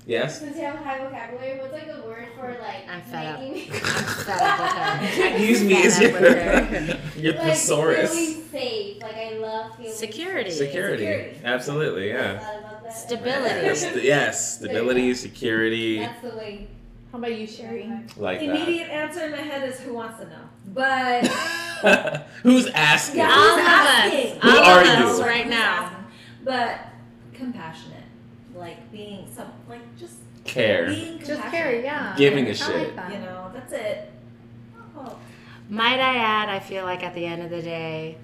S4: Yes.
S6: Since you have a high vocabulary, what's like a word for like
S3: I'm fed up.
S6: making
S3: fed up with her. I'm
S4: Use me
S3: fed
S4: as
S3: up
S4: your,
S3: with her.
S4: your
S6: like
S4: thesaurus.
S6: feeling safe? Like I love feeling
S3: Security.
S4: Security.
S6: Security.
S4: Absolutely, yeah.
S6: I love that.
S3: Stability.
S4: Yes, st- yes, stability, security,
S6: That's the way.
S2: How about you, Sherry?
S4: like
S5: The immediate answer in my head is who wants to know. But
S4: that. Who's asking?
S5: Yeah.
S3: All of
S5: Who's asking?
S3: us.
S4: Who
S3: all
S4: are
S3: of
S4: you?
S3: us
S5: Like,
S3: right
S5: who's
S3: now.
S5: asking? But compassionate. Like being some like just
S4: Care.
S5: being compassionate.
S2: Just Carrie, yeah.
S4: Giving a
S2: I
S4: shit.
S2: Like that.
S5: You know, that's it. Oh,
S3: Might I add, I feel like at the end of the day,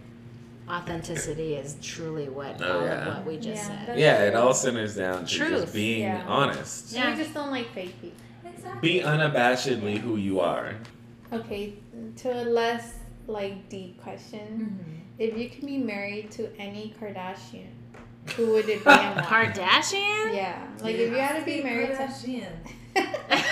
S3: authenticity is truly what
S4: Oh,
S3: all
S4: yeah.
S3: of what we just
S2: Yeah,
S3: said.
S2: that's-
S4: Yeah, it all centers down to
S3: Truth.
S4: just being
S2: Yeah.
S4: honest.
S3: Yeah.
S2: We just don't like fake people.
S5: exactly.
S4: Be unabashedly who you are.
S2: Okay, to a less like deep question.
S5: Mhm.
S2: If you can be married to any Kardashian, who would it be and why?
S3: Kardashian?
S2: yeah, like if you had to be married to
S5: Kardashian.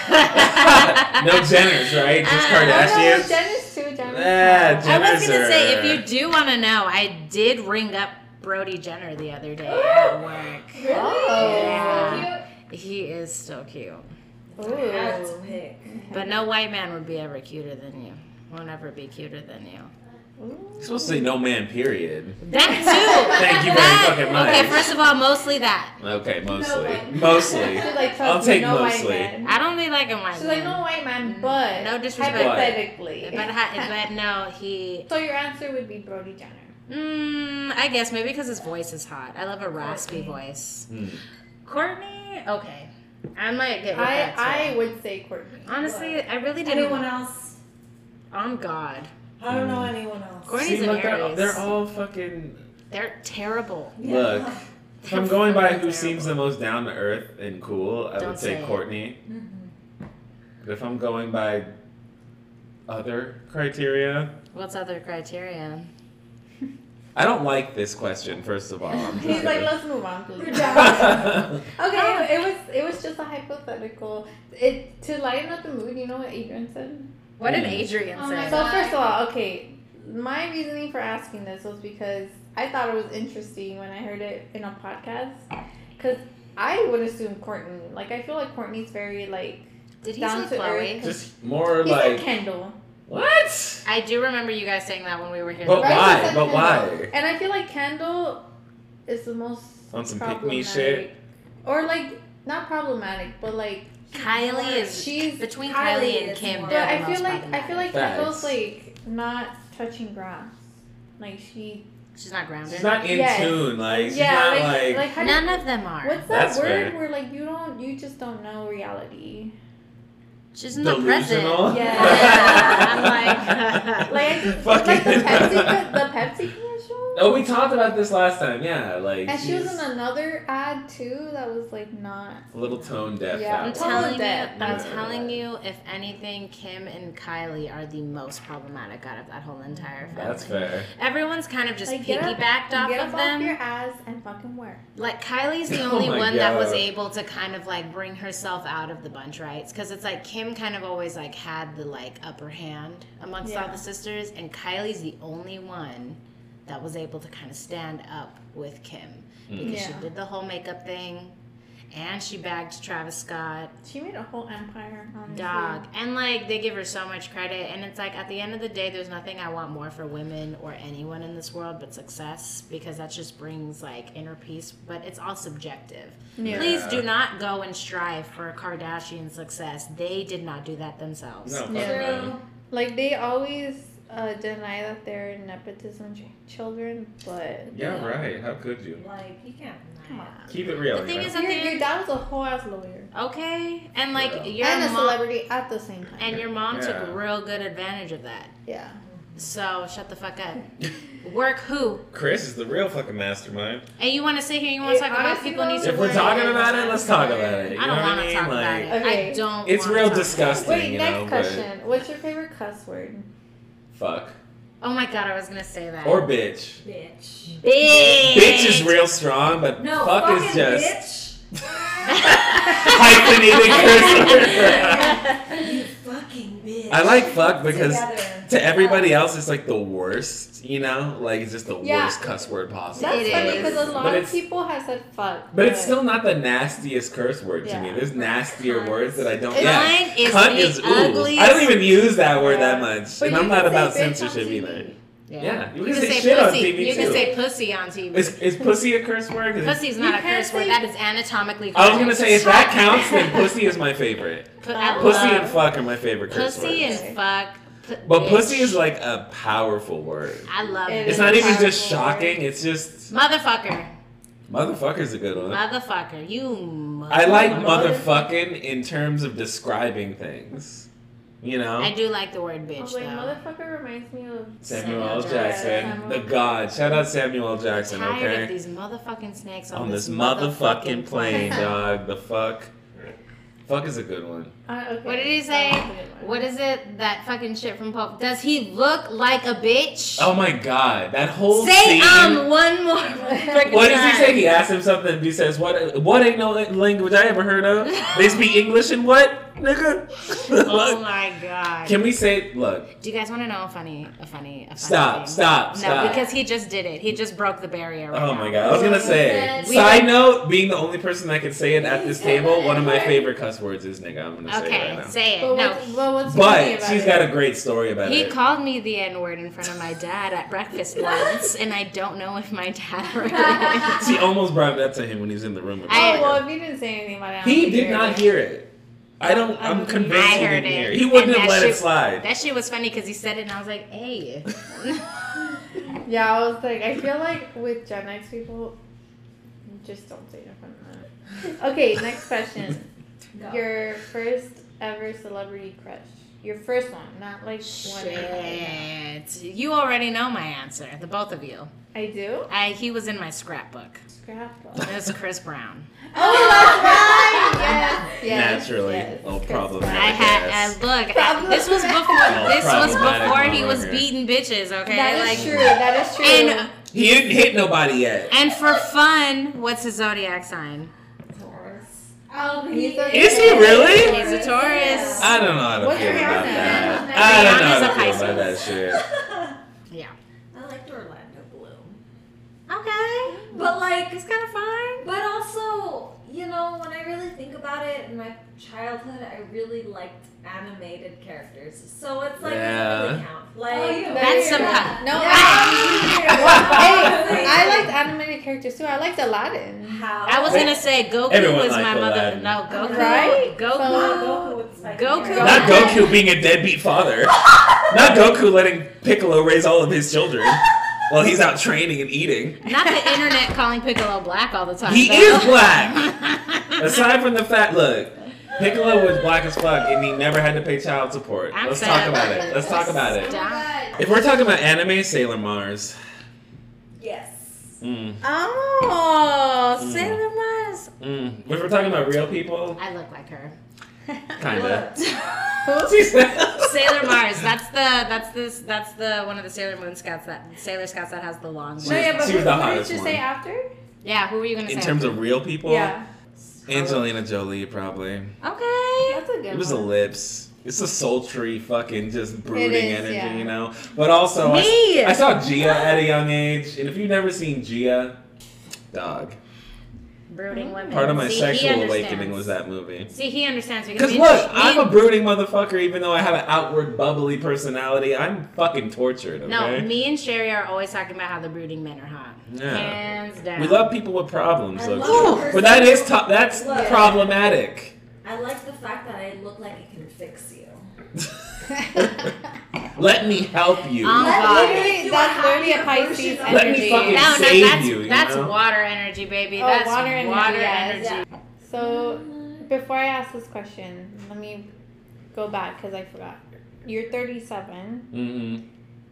S4: no Jenners, right? Just
S3: Uh,
S2: Oh, no,
S4: Kardashians.
S2: Jenna's too. Jenna's
S4: Yeah,
S2: not.
S3: I was gonna say, if
S4: Jenner's
S3: you do want to know, I did ring up Brody Jenner the other day at work.
S2: Oh.
S6: Really?
S3: Yeah. He is so cute,
S5: Had
S2: Ooh.
S5: to pick.
S3: but no white man would be ever cuter than you. Won't ever be cuter than you.
S4: You're supposed to say no man, period.
S3: That too.
S4: Thank you very
S3: That-
S4: fucking much.
S3: Okay, first of all, mostly that.
S4: Okay, mostly.
S6: one.
S4: mostly.
S2: She's like,
S4: I'll
S2: trust me,
S4: take
S2: no
S4: mostly.
S2: white man.
S3: I don't really like him white
S2: She's like,
S3: man.
S2: Mm. no white man, but
S3: No disrespect.
S2: hypothetically.
S3: But, hi- but no, he.
S2: so your answer would be Brody Jenner.
S3: Mm, I guess maybe because his voice is hot. I love a raspy voice.
S4: Hmm.
S3: Courtney, okay, I might get with that too.
S2: I I would say Courtney.
S3: Honestly, I really didn't.
S5: Anyone
S3: want
S5: else?
S3: On God,
S5: I don't know anyone else.
S3: Courtney's an
S4: look, they're,
S3: Aries.
S4: they're all fucking.
S3: They're terrible.
S5: Yeah.
S4: Look, if I'm going by who
S3: Terrible.
S4: seems the most down to earth and cool, I
S3: Don't
S4: would say
S3: say it.
S4: Courtney.
S5: Mhm.
S4: But if I'm going by other criteria,
S3: What's other criteria?
S4: I don't like this question. First of all, I'm just
S2: He's like,
S4: gonna-
S2: let's move on, please.
S4: Yes.
S2: Okay, it was it was just a hypothetical. It to lighten up the mood. You know what Adrian said.
S3: What did
S4: Mm.
S3: Adrian
S6: Oh
S3: say?
S6: my
S2: So
S6: God.
S2: first of all, okay, my reasoning for asking this was because I thought it was interesting when I heard it in a podcast. Because I would assume Courtney. Like I feel like Courtney's very like
S3: Did he
S2: down to
S3: say Chloe?
S2: earth.
S4: Just more
S2: he's
S4: like
S2: like Kendall,
S4: what?
S3: I do remember you guys saying that when we were here.
S4: But
S2: Right,
S4: why?
S2: so
S4: But
S2: that's-
S4: why?
S2: and I feel like Kendall is the most
S4: On some pick-me
S2: problematic.
S4: shit?
S2: or like not problematic, but like
S3: Kylie is
S2: she's
S3: between
S5: Kylie
S3: Kylie, and
S5: is
S3: Kim.
S5: more-
S2: But
S3: they're the
S2: I feel
S3: most
S2: like I feel
S3: problematic.
S2: like Kendall's
S4: Facts.
S2: like not touching grass. Like she
S3: she's not grounded.
S4: She's not in
S2: Yes.
S4: tune. Like she's
S2: Yeah,
S4: not
S2: like,
S4: like,
S2: like how do-
S3: None of them are.
S2: what's that
S4: That's
S2: word
S4: fair.
S2: where like you don't you just don't know reality.
S3: she's in the present.
S4: delusional.
S2: Yeah.
S3: Yeah, I'm
S2: Like I just
S4: Fucking-
S2: like the Pepsi the Pepsi commercial.
S4: Oh, we talked about this last time. Yeah, like
S2: And she was
S4: she's
S2: in another ad too that was like not
S4: a little tone deaf.
S2: Yeah,
S4: that
S3: I'm
S4: one.
S2: tell-
S3: telling you,
S2: that.
S3: I'm
S4: Yeah.
S3: telling you, if anything, Kim and Kylie are the most problematic out of that whole entire family.
S4: That's fair.
S3: Everyone's kind of just
S2: Like, get up-
S3: piggybacked off
S2: get
S3: of
S2: up
S3: them.
S2: off your ass and fucking work.
S3: Like Kylie's the
S4: Oh
S3: only
S4: my
S3: one that was
S4: God.
S3: able to kind of like bring herself out of the bunch, right? Because it's like Kim kind of always like had the like upper hand amongst all
S2: Yeah.
S3: the sisters, and Kylie's the only one that was able to kind of stand up with Kim because
S2: Yeah.
S3: she did the whole makeup thing, and she bagged Travis Scott,
S2: She made a whole empire on
S3: dog, and like they give her so much credit, and it's like at the end of the day, there's nothing I want more for women or anyone in this world but success because that just brings like inner peace, but it's all subjective.
S2: Yeah.
S3: Please
S4: Yeah.
S3: do not go and strive for Kardashian success. They did not do that themselves.
S4: No, fuck
S2: Yeah.
S4: no.
S2: Like they always uh, deny that they're nepotism ch- children, but
S4: Yeah, right. How could you?
S5: Like you can't. deny
S2: come
S5: it.
S2: on.
S4: Keep it real.
S3: The thing
S4: you know?
S3: is, at
S2: Your,
S3: the
S2: your
S3: end,
S2: dad was a whole ass lawyer
S3: okay, and like
S4: Yeah.
S3: your
S2: and a
S3: mom,
S2: celebrity at the same time.
S3: and your mom
S4: Yeah.
S3: took real good advantage of that.
S2: yeah,
S3: So shut the fuck up. Work who?
S4: Chris is the real fucking mastermind.
S3: And you want to sit here? You want
S2: It
S3: to talk about
S2: honestly
S3: people need
S2: was-
S3: to
S4: If we're
S3: work?
S4: talking about it, let's talk about it. You
S3: I
S4: know
S3: don't
S4: what
S3: want to
S4: I mean?
S3: talk
S4: like,
S3: about it.
S2: Okay.
S3: I don't.
S4: It's
S3: wanna
S4: real
S3: talk about it.
S4: disgusting.
S2: Wait,
S4: you
S2: next
S4: know, but-
S2: question. What's your favorite cuss word?
S4: Fuck.
S3: Oh my god, I was gonna say that.
S4: Or bitch.
S5: Bitch.
S3: bitch.
S4: Bitch is real strong, but
S5: No,
S4: fuck
S5: fucking
S4: is just.
S5: bitch.
S4: hyphenated Chris.
S5: You fucking bitch.
S4: I like fuck because
S5: Together.
S4: to everybody else it's like the worst, you know? Like it's just the
S2: Yeah.
S4: worst cuss word possible.
S2: That's
S3: It
S2: funny
S3: is.
S2: because a lot
S4: But
S2: of
S4: it's-
S2: people have said fuck.
S4: But it's still not the nastiest curse word to
S2: Yeah.
S4: me. There's nastier words that I don't
S3: Mine
S4: yeah.
S3: is
S4: Cunt
S3: the
S4: is ooh.
S3: ugliest.
S4: I don't even use that word that
S2: Yeah.
S4: much.
S2: But
S4: and
S2: you can
S4: I'm not
S2: say
S4: about
S2: bitch on Oh,
S4: censorship
S2: TV.
S4: either.
S3: Yeah.
S4: Yeah. You
S3: You
S4: can
S3: can
S4: say
S3: say
S4: shit on
S3: pussy.
S4: TV
S3: You
S4: too.
S3: can say pussy on TV.
S4: Is, is pussy a curse word? 'Cause it's-
S3: Pussy's not a
S2: You can't
S3: curse word.
S2: say-
S3: That is anatomically correct.
S4: I was gonna say if that counts, then pussy is my favorite.
S3: Pu- I
S4: Pussy
S3: love-
S4: and fuck are my favorite curse
S3: pussy
S4: words.
S3: and fuck. pu-
S4: But
S3: bitch.
S4: pussy is like a powerful word.
S3: I love
S2: It
S3: it.
S4: It's not even
S2: Powerful
S4: just shocking. It's just
S3: Motherfucker.
S4: motherfucker's a good one.
S3: Motherfucker. You. Mother-
S4: I like
S2: Mother-
S4: motherfucking in terms of describing things. You
S3: I
S4: know,
S3: do like the word
S2: I
S3: bitch
S4: Oh,
S2: was like,
S3: though.
S2: motherfucker reminds me of.
S4: Samuel
S3: Samuel
S4: L. Jackson,
S2: Jackson.
S4: the god. Shout out Samuel L. Jackson.
S3: Tired of
S4: Okay,
S3: these motherfucking snakes on,
S4: on this motherfucking
S3: plane.
S4: plane, dog. The fuck. Fuck is a good one.
S2: Uh, okay.
S3: What did he say?
S2: That was a good one.
S3: What is it? That fucking shit from Pope. Does he look like a bitch?
S4: Oh my god, that whole
S3: Say
S4: scene.
S3: um one more. freaking
S4: What does he
S3: time.
S4: say? He asks him something. and He says, "What? What ain't no language I ever heard of? They speak English and what, nigga?
S3: Oh
S4: Look,
S3: my god.
S4: can we say? Look,
S3: Do you guys want to know a funny, a funny, a funny
S4: stop,
S3: thing?
S4: stop,
S3: No,
S4: stop.
S3: because he just did it. He just broke the barrier. Right
S4: oh
S3: now.
S4: my god, I was gonna say.
S3: We-
S4: Side note: being the only person that can say it at this table, one of my favorite cuss words is "nigga." I'm gonna say it
S3: Okay,
S4: right now.
S3: say it.
S2: But
S3: no,
S2: what's, well, what's funny
S4: But
S2: about
S4: she's
S2: it?
S4: got a great story about
S3: He
S4: it.
S3: called me the N word in front of my dad at breakfast once, and I don't know if my dad heard it.
S4: she almost brought it up to him when he was in the room. with
S3: I-
S4: her.
S2: Oh well, if you didn't say anything about it, I don't
S4: he
S2: think
S4: did
S2: you
S4: not
S2: heard
S4: hear it. I don't. I'm
S2: I
S4: convinced he
S3: heard
S4: didn't hear
S3: it.
S4: it. He wouldn't
S3: And
S4: have
S3: that
S4: let it
S3: shit-
S4: slide.
S3: That shit was funny because he said it, and I was like, "Hey."
S2: it. Yeah, I was like, I feel like with Gen X people, just don't say it from that. Okay, next question.
S5: Go.
S2: Your first ever celebrity crush. Your first one, not like one. you had.
S3: Shit. You already know my answer, the both of you.
S2: I do.
S3: I, he was in my scrapbook.
S2: Scrapbook.
S3: It's Chris Brown.
S2: Oh, that's right. Yes. yes
S4: Naturally,
S2: yes.
S4: oh,
S2: Chris
S4: problematic.
S2: Brown.
S3: I had
S4: Yes.
S3: uh, look. I, this was before.
S4: Oh,
S3: this was
S4: problematic
S3: before
S4: mom
S3: he
S4: right
S3: was
S4: here.
S3: beating bitches. Okay,
S2: That
S3: like
S2: is true. That is true.
S3: and
S4: He didn't hit nobody yet.
S3: and for fun, what's his zodiac sign?
S5: Taurus.
S6: Oh,
S2: He's a-
S4: Is he really?
S3: He's a Taurus.
S4: I don't know how to
S2: What's
S4: feel
S2: your
S4: about
S2: name?
S4: that. I don't know how to
S3: Rihanna's
S4: feel
S3: a
S4: about that shit.
S3: Yeah.
S5: I liked Orlando Bloom.
S3: Okay.
S5: But like
S3: It's kind of fun.
S5: But also, you know, when I really think about it, in my childhood, I really liked animated characters. So it's like, it doesn't really
S4: Yeah.
S5: count.
S6: Oh,
S5: Like,
S6: you
S3: That's
S6: better
S3: some
S6: not.
S3: kind.
S2: no, I,
S5: I-
S2: hey, I liked animated characters too. I liked Aladdin.
S5: how?
S3: I was gonna say Goku
S4: Everyone
S3: was my
S4: liked
S3: mother.
S4: Aladdin.
S3: No, Goku.
S2: Right?
S3: Goku.
S2: So-
S5: Goku. was my
S3: Goku.
S5: favorite.
S4: Not Goku being a deadbeat father. Not Goku letting Piccolo raise all of his children while he's out training and eating.
S3: Not the internet calling Piccolo black all the time.
S4: He
S3: though.
S4: is black. Aside from the fact, look, Piccolo was black as fuck and he never had to pay child support.
S3: I'm
S4: Let's
S3: sad
S4: talk about
S3: about
S4: it.
S3: it.
S4: Let's talk about it.
S6: Oh God.
S4: If we're talking about anime, Sailor Mars.
S5: Yes.
S4: Mm,
S3: oh,
S4: Mm.
S3: Sailor Mars.
S4: mm. If we're talking about real people,
S3: I look like her.
S4: kinda.
S3: Sailor Mars. That's the that's this that's the one of the Sailor Moon Scouts that Sailor Scouts that has the long.
S4: She
S2: No,
S3: one.
S2: yeah, but
S4: was
S2: who,
S4: the
S2: who
S4: hottest
S2: did you
S4: one.
S2: say after?
S3: Yeah. Who were you gonna say?
S4: In terms of real people,
S2: Yeah,
S4: Angelina Jolie probably.
S3: Okay.
S2: that's a good
S4: It was the
S2: one.
S4: lips. It's a sultry fucking just brooding
S2: is,
S4: energy,
S2: yeah.
S4: you know. But also, I,
S3: Me!
S4: I saw Gia at a young age, and if you've never seen Gia, dog,
S3: Brooding women.
S4: part of my
S3: See, he
S4: sexual
S3: understands.
S4: awakening was that movie.
S3: See, he understands because
S4: Because
S3: we-
S4: look,
S3: we-
S4: I'm a brooding motherfucker, even though I have an outward bubbly personality. I'm fucking tortured.
S3: No,
S4: Okay,
S3: me and Sherry are always talking about how the brooding men are hot.
S4: Yeah.
S3: Hands down.
S4: we love people with problems,
S5: I
S4: look.
S5: love her
S4: but that
S5: so-
S4: is to- that's
S5: Look.
S4: problematic.
S5: I like the fact that I look like I can fix you.
S4: Let me help you.
S3: Um,
S5: Let
S3: God.
S5: me
S2: Literally,
S5: make you
S2: that's
S5: happier
S2: literally a
S5: version
S2: Pisces
S5: of
S2: energy.
S4: Let me fucking
S3: no, no,
S4: save
S3: that's
S4: you, you
S3: that's
S4: know?
S3: water energy, baby.
S2: Oh,
S3: that's
S2: water energy,
S3: water
S2: yes.
S3: energy.
S2: So, before I ask this question, let me go back because I forgot. You're 37.
S4: Mm-mm.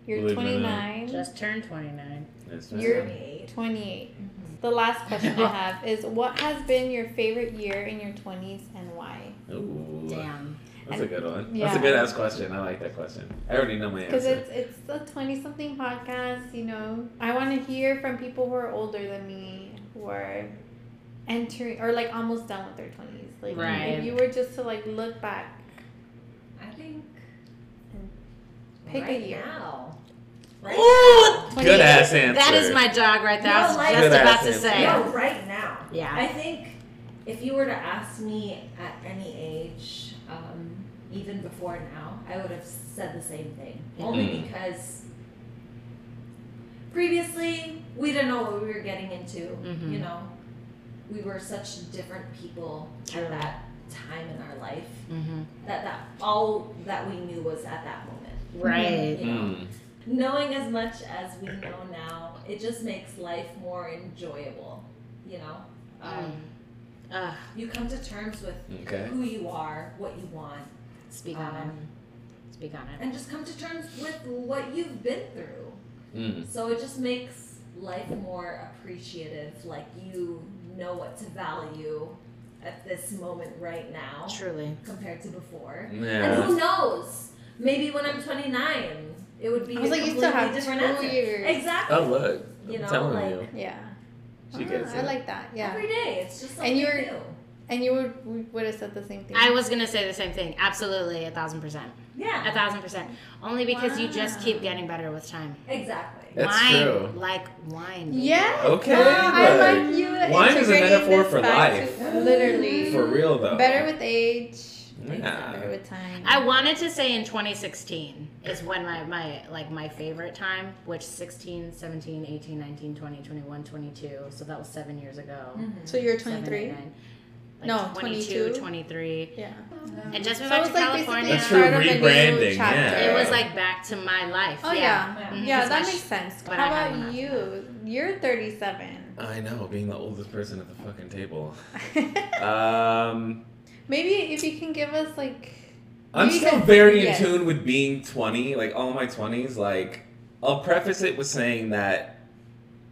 S2: You're
S4: Believe it or not.
S2: 29.
S3: Just turned 29.
S4: That's
S2: You're-
S4: right.
S5: 28.
S2: 28. The last question I have is what has been your favorite year in your 20s and why?
S4: Ooh.
S3: Damn.
S4: That's a good one. That's
S2: Yeah.
S4: a good ass question. I like that question. I already know my
S2: Because
S4: answer.
S2: it's it's the 20 something podcast, you know. I want to hear from people who are older than me who are entering or like almost done with their twenties. Like
S3: Right.
S2: if you were just to like look back,
S5: I think
S2: Pick a
S5: right
S2: year.
S5: now.
S3: Ooh,
S4: Good ass answer.
S3: that is my dog right there. I
S5: No,
S3: was
S5: like-
S3: just
S5: Good
S3: about
S4: ass
S3: to
S4: answer.
S3: say.
S5: No, right now.
S3: Yeah.
S5: I think if you were to ask me at any age, um, even before now, I would have said the same thing. Only
S4: Mhm.
S5: because previously we didn't know what we were getting into.
S3: Mhm.
S5: You know, we were such different people
S3: True.
S5: at that time in our life
S3: Mhm.
S5: that that all that we knew was at that moment.
S3: Mm-hmm. Right.
S5: You know?
S4: Mm.
S5: knowing as much as we know now, it just makes life more enjoyable. You know, um,
S3: Ugh,
S5: you come to terms with
S4: Okay.
S5: who you are, what you want,
S3: speak on
S5: Um,
S3: it. Speak on it.
S5: and just come to terms with what you've been through.
S4: Mm.
S5: So it just makes life more appreciative. Like you know what to value at this moment right now
S3: Truly.
S5: compared to before. And
S4: Yeah.
S5: who knows? Maybe when I'm 29, it would be
S2: I was
S5: a
S2: like, you
S5: completely
S2: still have
S5: different
S2: two
S5: answer.
S2: years.
S5: Exactly.
S4: Oh look, I'm
S5: You know,
S4: telling
S5: like-
S4: you,
S2: Yeah.
S4: she
S2: Ah,
S4: gets
S2: I
S4: it.
S2: like that. Yeah.
S5: Every day, it's just something
S2: And you're-
S5: new.
S2: And you would we would have said the same thing.
S3: I was gonna say the same thing. Absolutely, a thousand percent. A
S5: Yeah,
S3: thousand percent. Only because you just
S2: Wow.
S3: keep getting better with time.
S5: exactly.
S4: That's
S3: wine,
S4: true.
S3: like wine. baby.
S2: Yes.
S4: Okay,
S2: Ah, I
S4: look.
S2: like you.
S4: Wine is a
S2: integrating
S4: metaphor
S2: this
S4: for
S2: back to- literally.
S4: for real though.
S2: Better with age.
S4: Yeah.
S2: Better with time.
S3: I wanted to say in 2016 is when my, my like my favorite time, which 16, 17, 18, 19, 20, 21, 22. So that was seven years ago.
S2: so Mm. you're
S3: Seven, eight,
S2: 23.
S3: nine.
S2: No, 22.
S3: 23.
S2: Yeah.
S5: Mm-hmm.
S3: And just
S2: So
S3: we
S2: it
S3: went
S2: was
S3: to
S2: like basically
S3: California.
S2: the
S4: That's true.
S2: start of a new
S4: rebranding,
S2: chapter.
S4: yeah.
S3: It was like back to my life.
S2: Oh yeah.
S5: Yeah.
S3: Mhm.
S2: Yeah,
S3: That's
S2: that
S3: my
S2: makes
S3: sh-
S2: sense.
S3: what
S2: How
S3: I had
S2: about
S3: left.
S2: you? You're 37.
S4: I know, being the oldest person at the fucking table. Um,
S2: Maybe if you can give us like
S4: I'm
S2: You
S4: still
S2: can-
S4: very
S2: yes.
S4: in tune with being 20, like all my 20s. Like, I'll preface it with saying that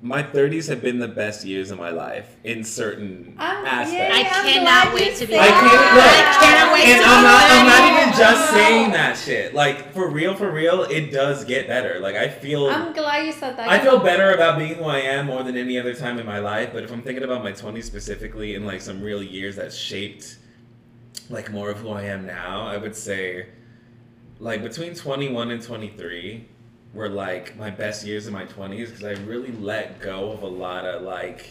S4: my 30s have been the best years of my life in certain
S2: I'm-
S4: aspects.
S3: I
S2: Yay, I'm
S3: cannot
S2: glad
S3: wait
S2: you
S3: to be.
S2: said
S4: I can't,
S2: Yeah.
S4: look,
S3: I cannot wait
S4: and
S3: to
S4: I'm
S3: be
S4: not, I'm
S3: back.
S4: not even just
S2: Wow.
S4: saying that shit. Like, for real, for real, it does get better. Like, I feel.
S2: I'm glad you said that.
S4: I feel better about being who I am more than any other time in my life, but if I'm thinking about my 20s specifically and like some real years that shaped like more of who I am now, I would say like between 21 and 23 were like my best years in my 20s because I really let go of a lot of like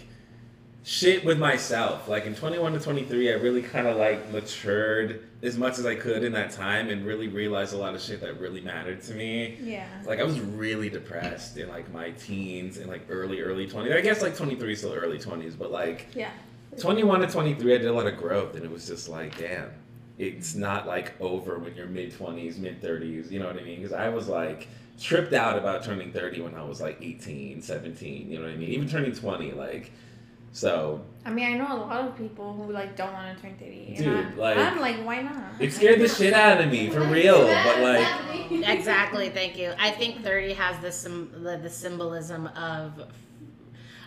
S4: shit with myself. Like in 21 to 23, I really kind of like matured as much as I could in that time and really realized a lot of shit that really mattered to me.
S2: Yeah.
S4: Like I was really depressed in like my teens and like early early 20s. I guess like 23 is still early 20s, but like
S2: Yeah.
S4: 21 to 23 I did a lot of growth and it was just like damn. It's not like over when you're mid 20s, mid 30s, you know what I mean? Cuz I was like tripped out about turning 30 when I was like 18, 17, you know what I mean? Even turning 20 like so
S2: I mean, I know a lot of people who like don't want to turn 30. and
S4: Dude,
S2: I'm-
S4: like-
S2: I'm like, why not?
S4: it scared the shit out of me for real, but like
S3: exactly thank you i think 30 has this sym- the, the symbolism of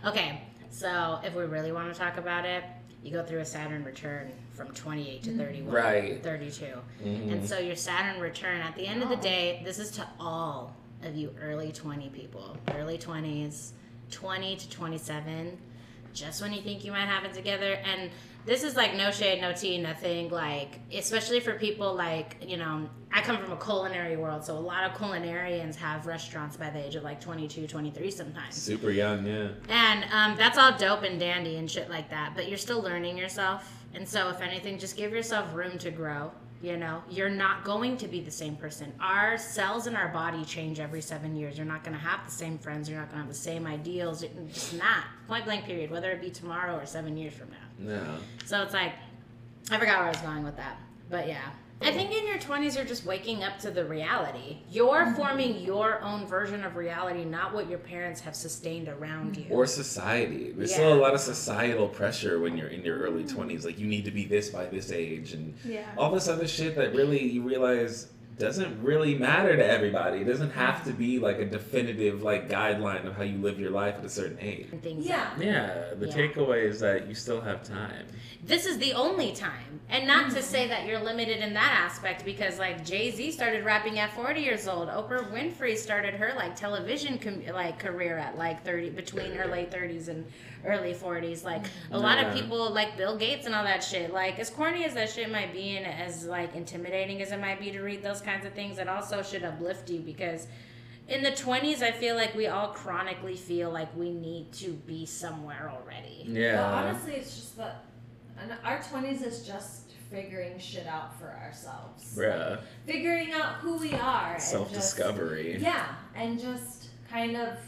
S3: okay so if we really want to talk about it you go through a saturn return from 28 to 31
S4: Right.
S3: 32
S4: mhm.
S3: and so your saturn return at the end of the day this is to all of you early 20 people early 20s 20 to 27 just when you think you might have it together and this is like no shade no tea nothing like especially for people like you know i come from a culinary world so a lot of culinarians have restaurants by the age of like 22 23 sometimes
S4: super young, yeah.
S3: and um, that's all dope and dandy and shit like that, but you're still learning yourself. And so, if anything, just give yourself room to grow. You know, you're not going to be the same person. Our cells in our body change every seven years. You're not going to have the same friends. You're not going to have the same ideals. You're just not. Point blank, period. Whether it be tomorrow or seven years from now.
S4: No.
S3: So it's like, I forgot where I was going with that. But yeah. I think in your 20s, you're just waking up to the reality. You're forming your own version of reality, not what your parents have sustained around you.
S4: or society. There's still a lot of societal pressure when you're in your early 20s. Like, you need to be this by this age, and
S2: Yeah.
S4: all this other shit that really you realize doesn't really matter to everybody. It doesn't have to be like a definitive like guideline of how you live your life at a certain age.
S3: and things.
S5: Yeah.
S4: Yeah, the
S3: Yeah.
S4: takeaway is that you still have time.
S3: This is the only time. And not to say that you're limited in that aspect because like Jay-Z started rapping at 40 years old. Oprah Winfrey started her like television com- like career at like 30 between her late 30s and early 40s. Like a lot of
S4: Yeah.
S3: people like Bill Gates and all that shit. Like as corny as that shit might be and as like intimidating as it might be to read those kinds of things, it also should uplift you because in the 20s I feel like we all chronically feel like we need to be somewhere already.
S5: But
S4: Yeah.
S5: honestly, it's just that and our 20s is just figuring shit out for ourselves.
S4: Bruh.
S5: Figuring out who we are. and just-
S4: Self discovery.
S5: Yeah, and just kind of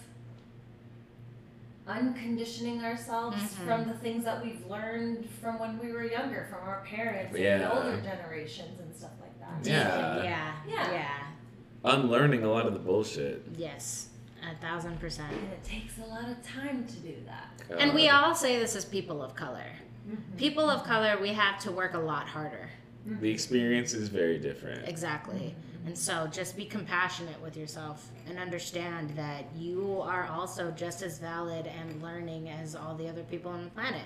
S5: unconditioning ourselves
S3: Mhm.
S5: from the things that we've learned from when we were younger, from our parents and
S4: Yeah.
S5: the older generations and stuff like that.
S4: Yeah.
S3: Yeah.
S5: Yeah.
S3: Yeah.
S4: Unlearning a lot of the bullshit.
S3: Yes, a thousand percent.
S5: And it takes a lot of time to do that.
S3: And we
S4: Uh,
S3: all say this as people of color. People of color, we have to work a lot harder.
S4: The experience is very different.
S3: Exactly. And so just be compassionate with yourself and understand that you are also just as valid and learning as all the other people on the planet.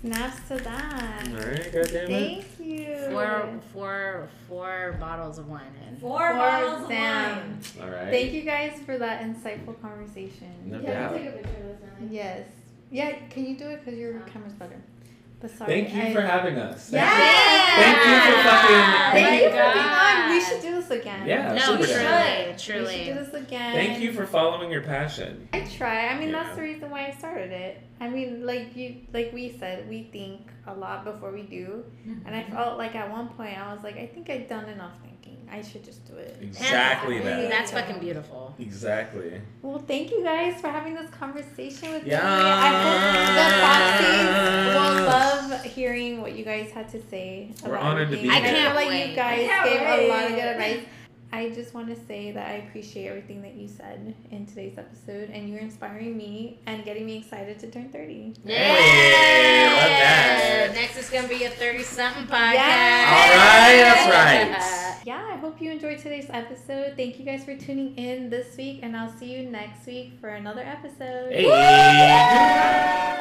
S2: Snaps to that.
S4: Alright, goddamn it.
S2: Thank you.
S3: Four, four, four bottles of wine in.
S5: Four
S7: Or
S5: bottles of
S7: Zam.
S5: wine.
S4: Alright.
S2: Thank you guys for that insightful conversation.
S4: No
S6: Yeah,
S4: doubt.
S6: take a picture of this now.
S2: Yes. Yeah, can you do it? Because your
S3: Oh.
S2: camera's better. But sorry.
S4: Thank you
S2: I-
S4: for having us.
S2: Yes!
S4: Thank you for fucking-
S2: Thank you for
S3: Oh my
S2: being on. We
S3: God.
S2: should do this again.
S4: Yeah.
S3: No,
S4: super down.
S3: truly,
S2: We should do
S3: truly.
S2: this again.
S4: Thank you for following your passion.
S2: I try. I mean,
S4: Yeah.
S2: that's the reason why I started it. I mean, like you, like we said, we think a lot before we do, and
S3: Mm-hmm.
S2: I felt like at one point I was like, I think I've done enough thinking. I should just do it.
S4: Exactly that.
S3: That's fucking beautiful.
S4: Exactly.
S2: Well, thank you guys for having this conversation with
S4: Yeah.
S2: me. I hope the Foxies will love hearing what you guys had to say.
S4: We're
S2: about
S4: honored to
S2: everything.
S4: be
S2: And I
S4: here.
S2: feel like
S3: I
S2: you
S3: can't
S2: guys
S5: wait.
S2: gave a lot of good
S5: Yeah.
S2: advice. I just want to say that I appreciate everything that you said in today's episode, and you're inspiring me and getting me excited to turn 30.
S4: Hey, love that.
S3: Next is gonna be a thirty-something podcast.
S4: All right, that's right.
S2: Yeah, I hope you enjoyed today's episode. Thank you guys for tuning in this week, and I'll see you next week for another episode.
S4: Hey.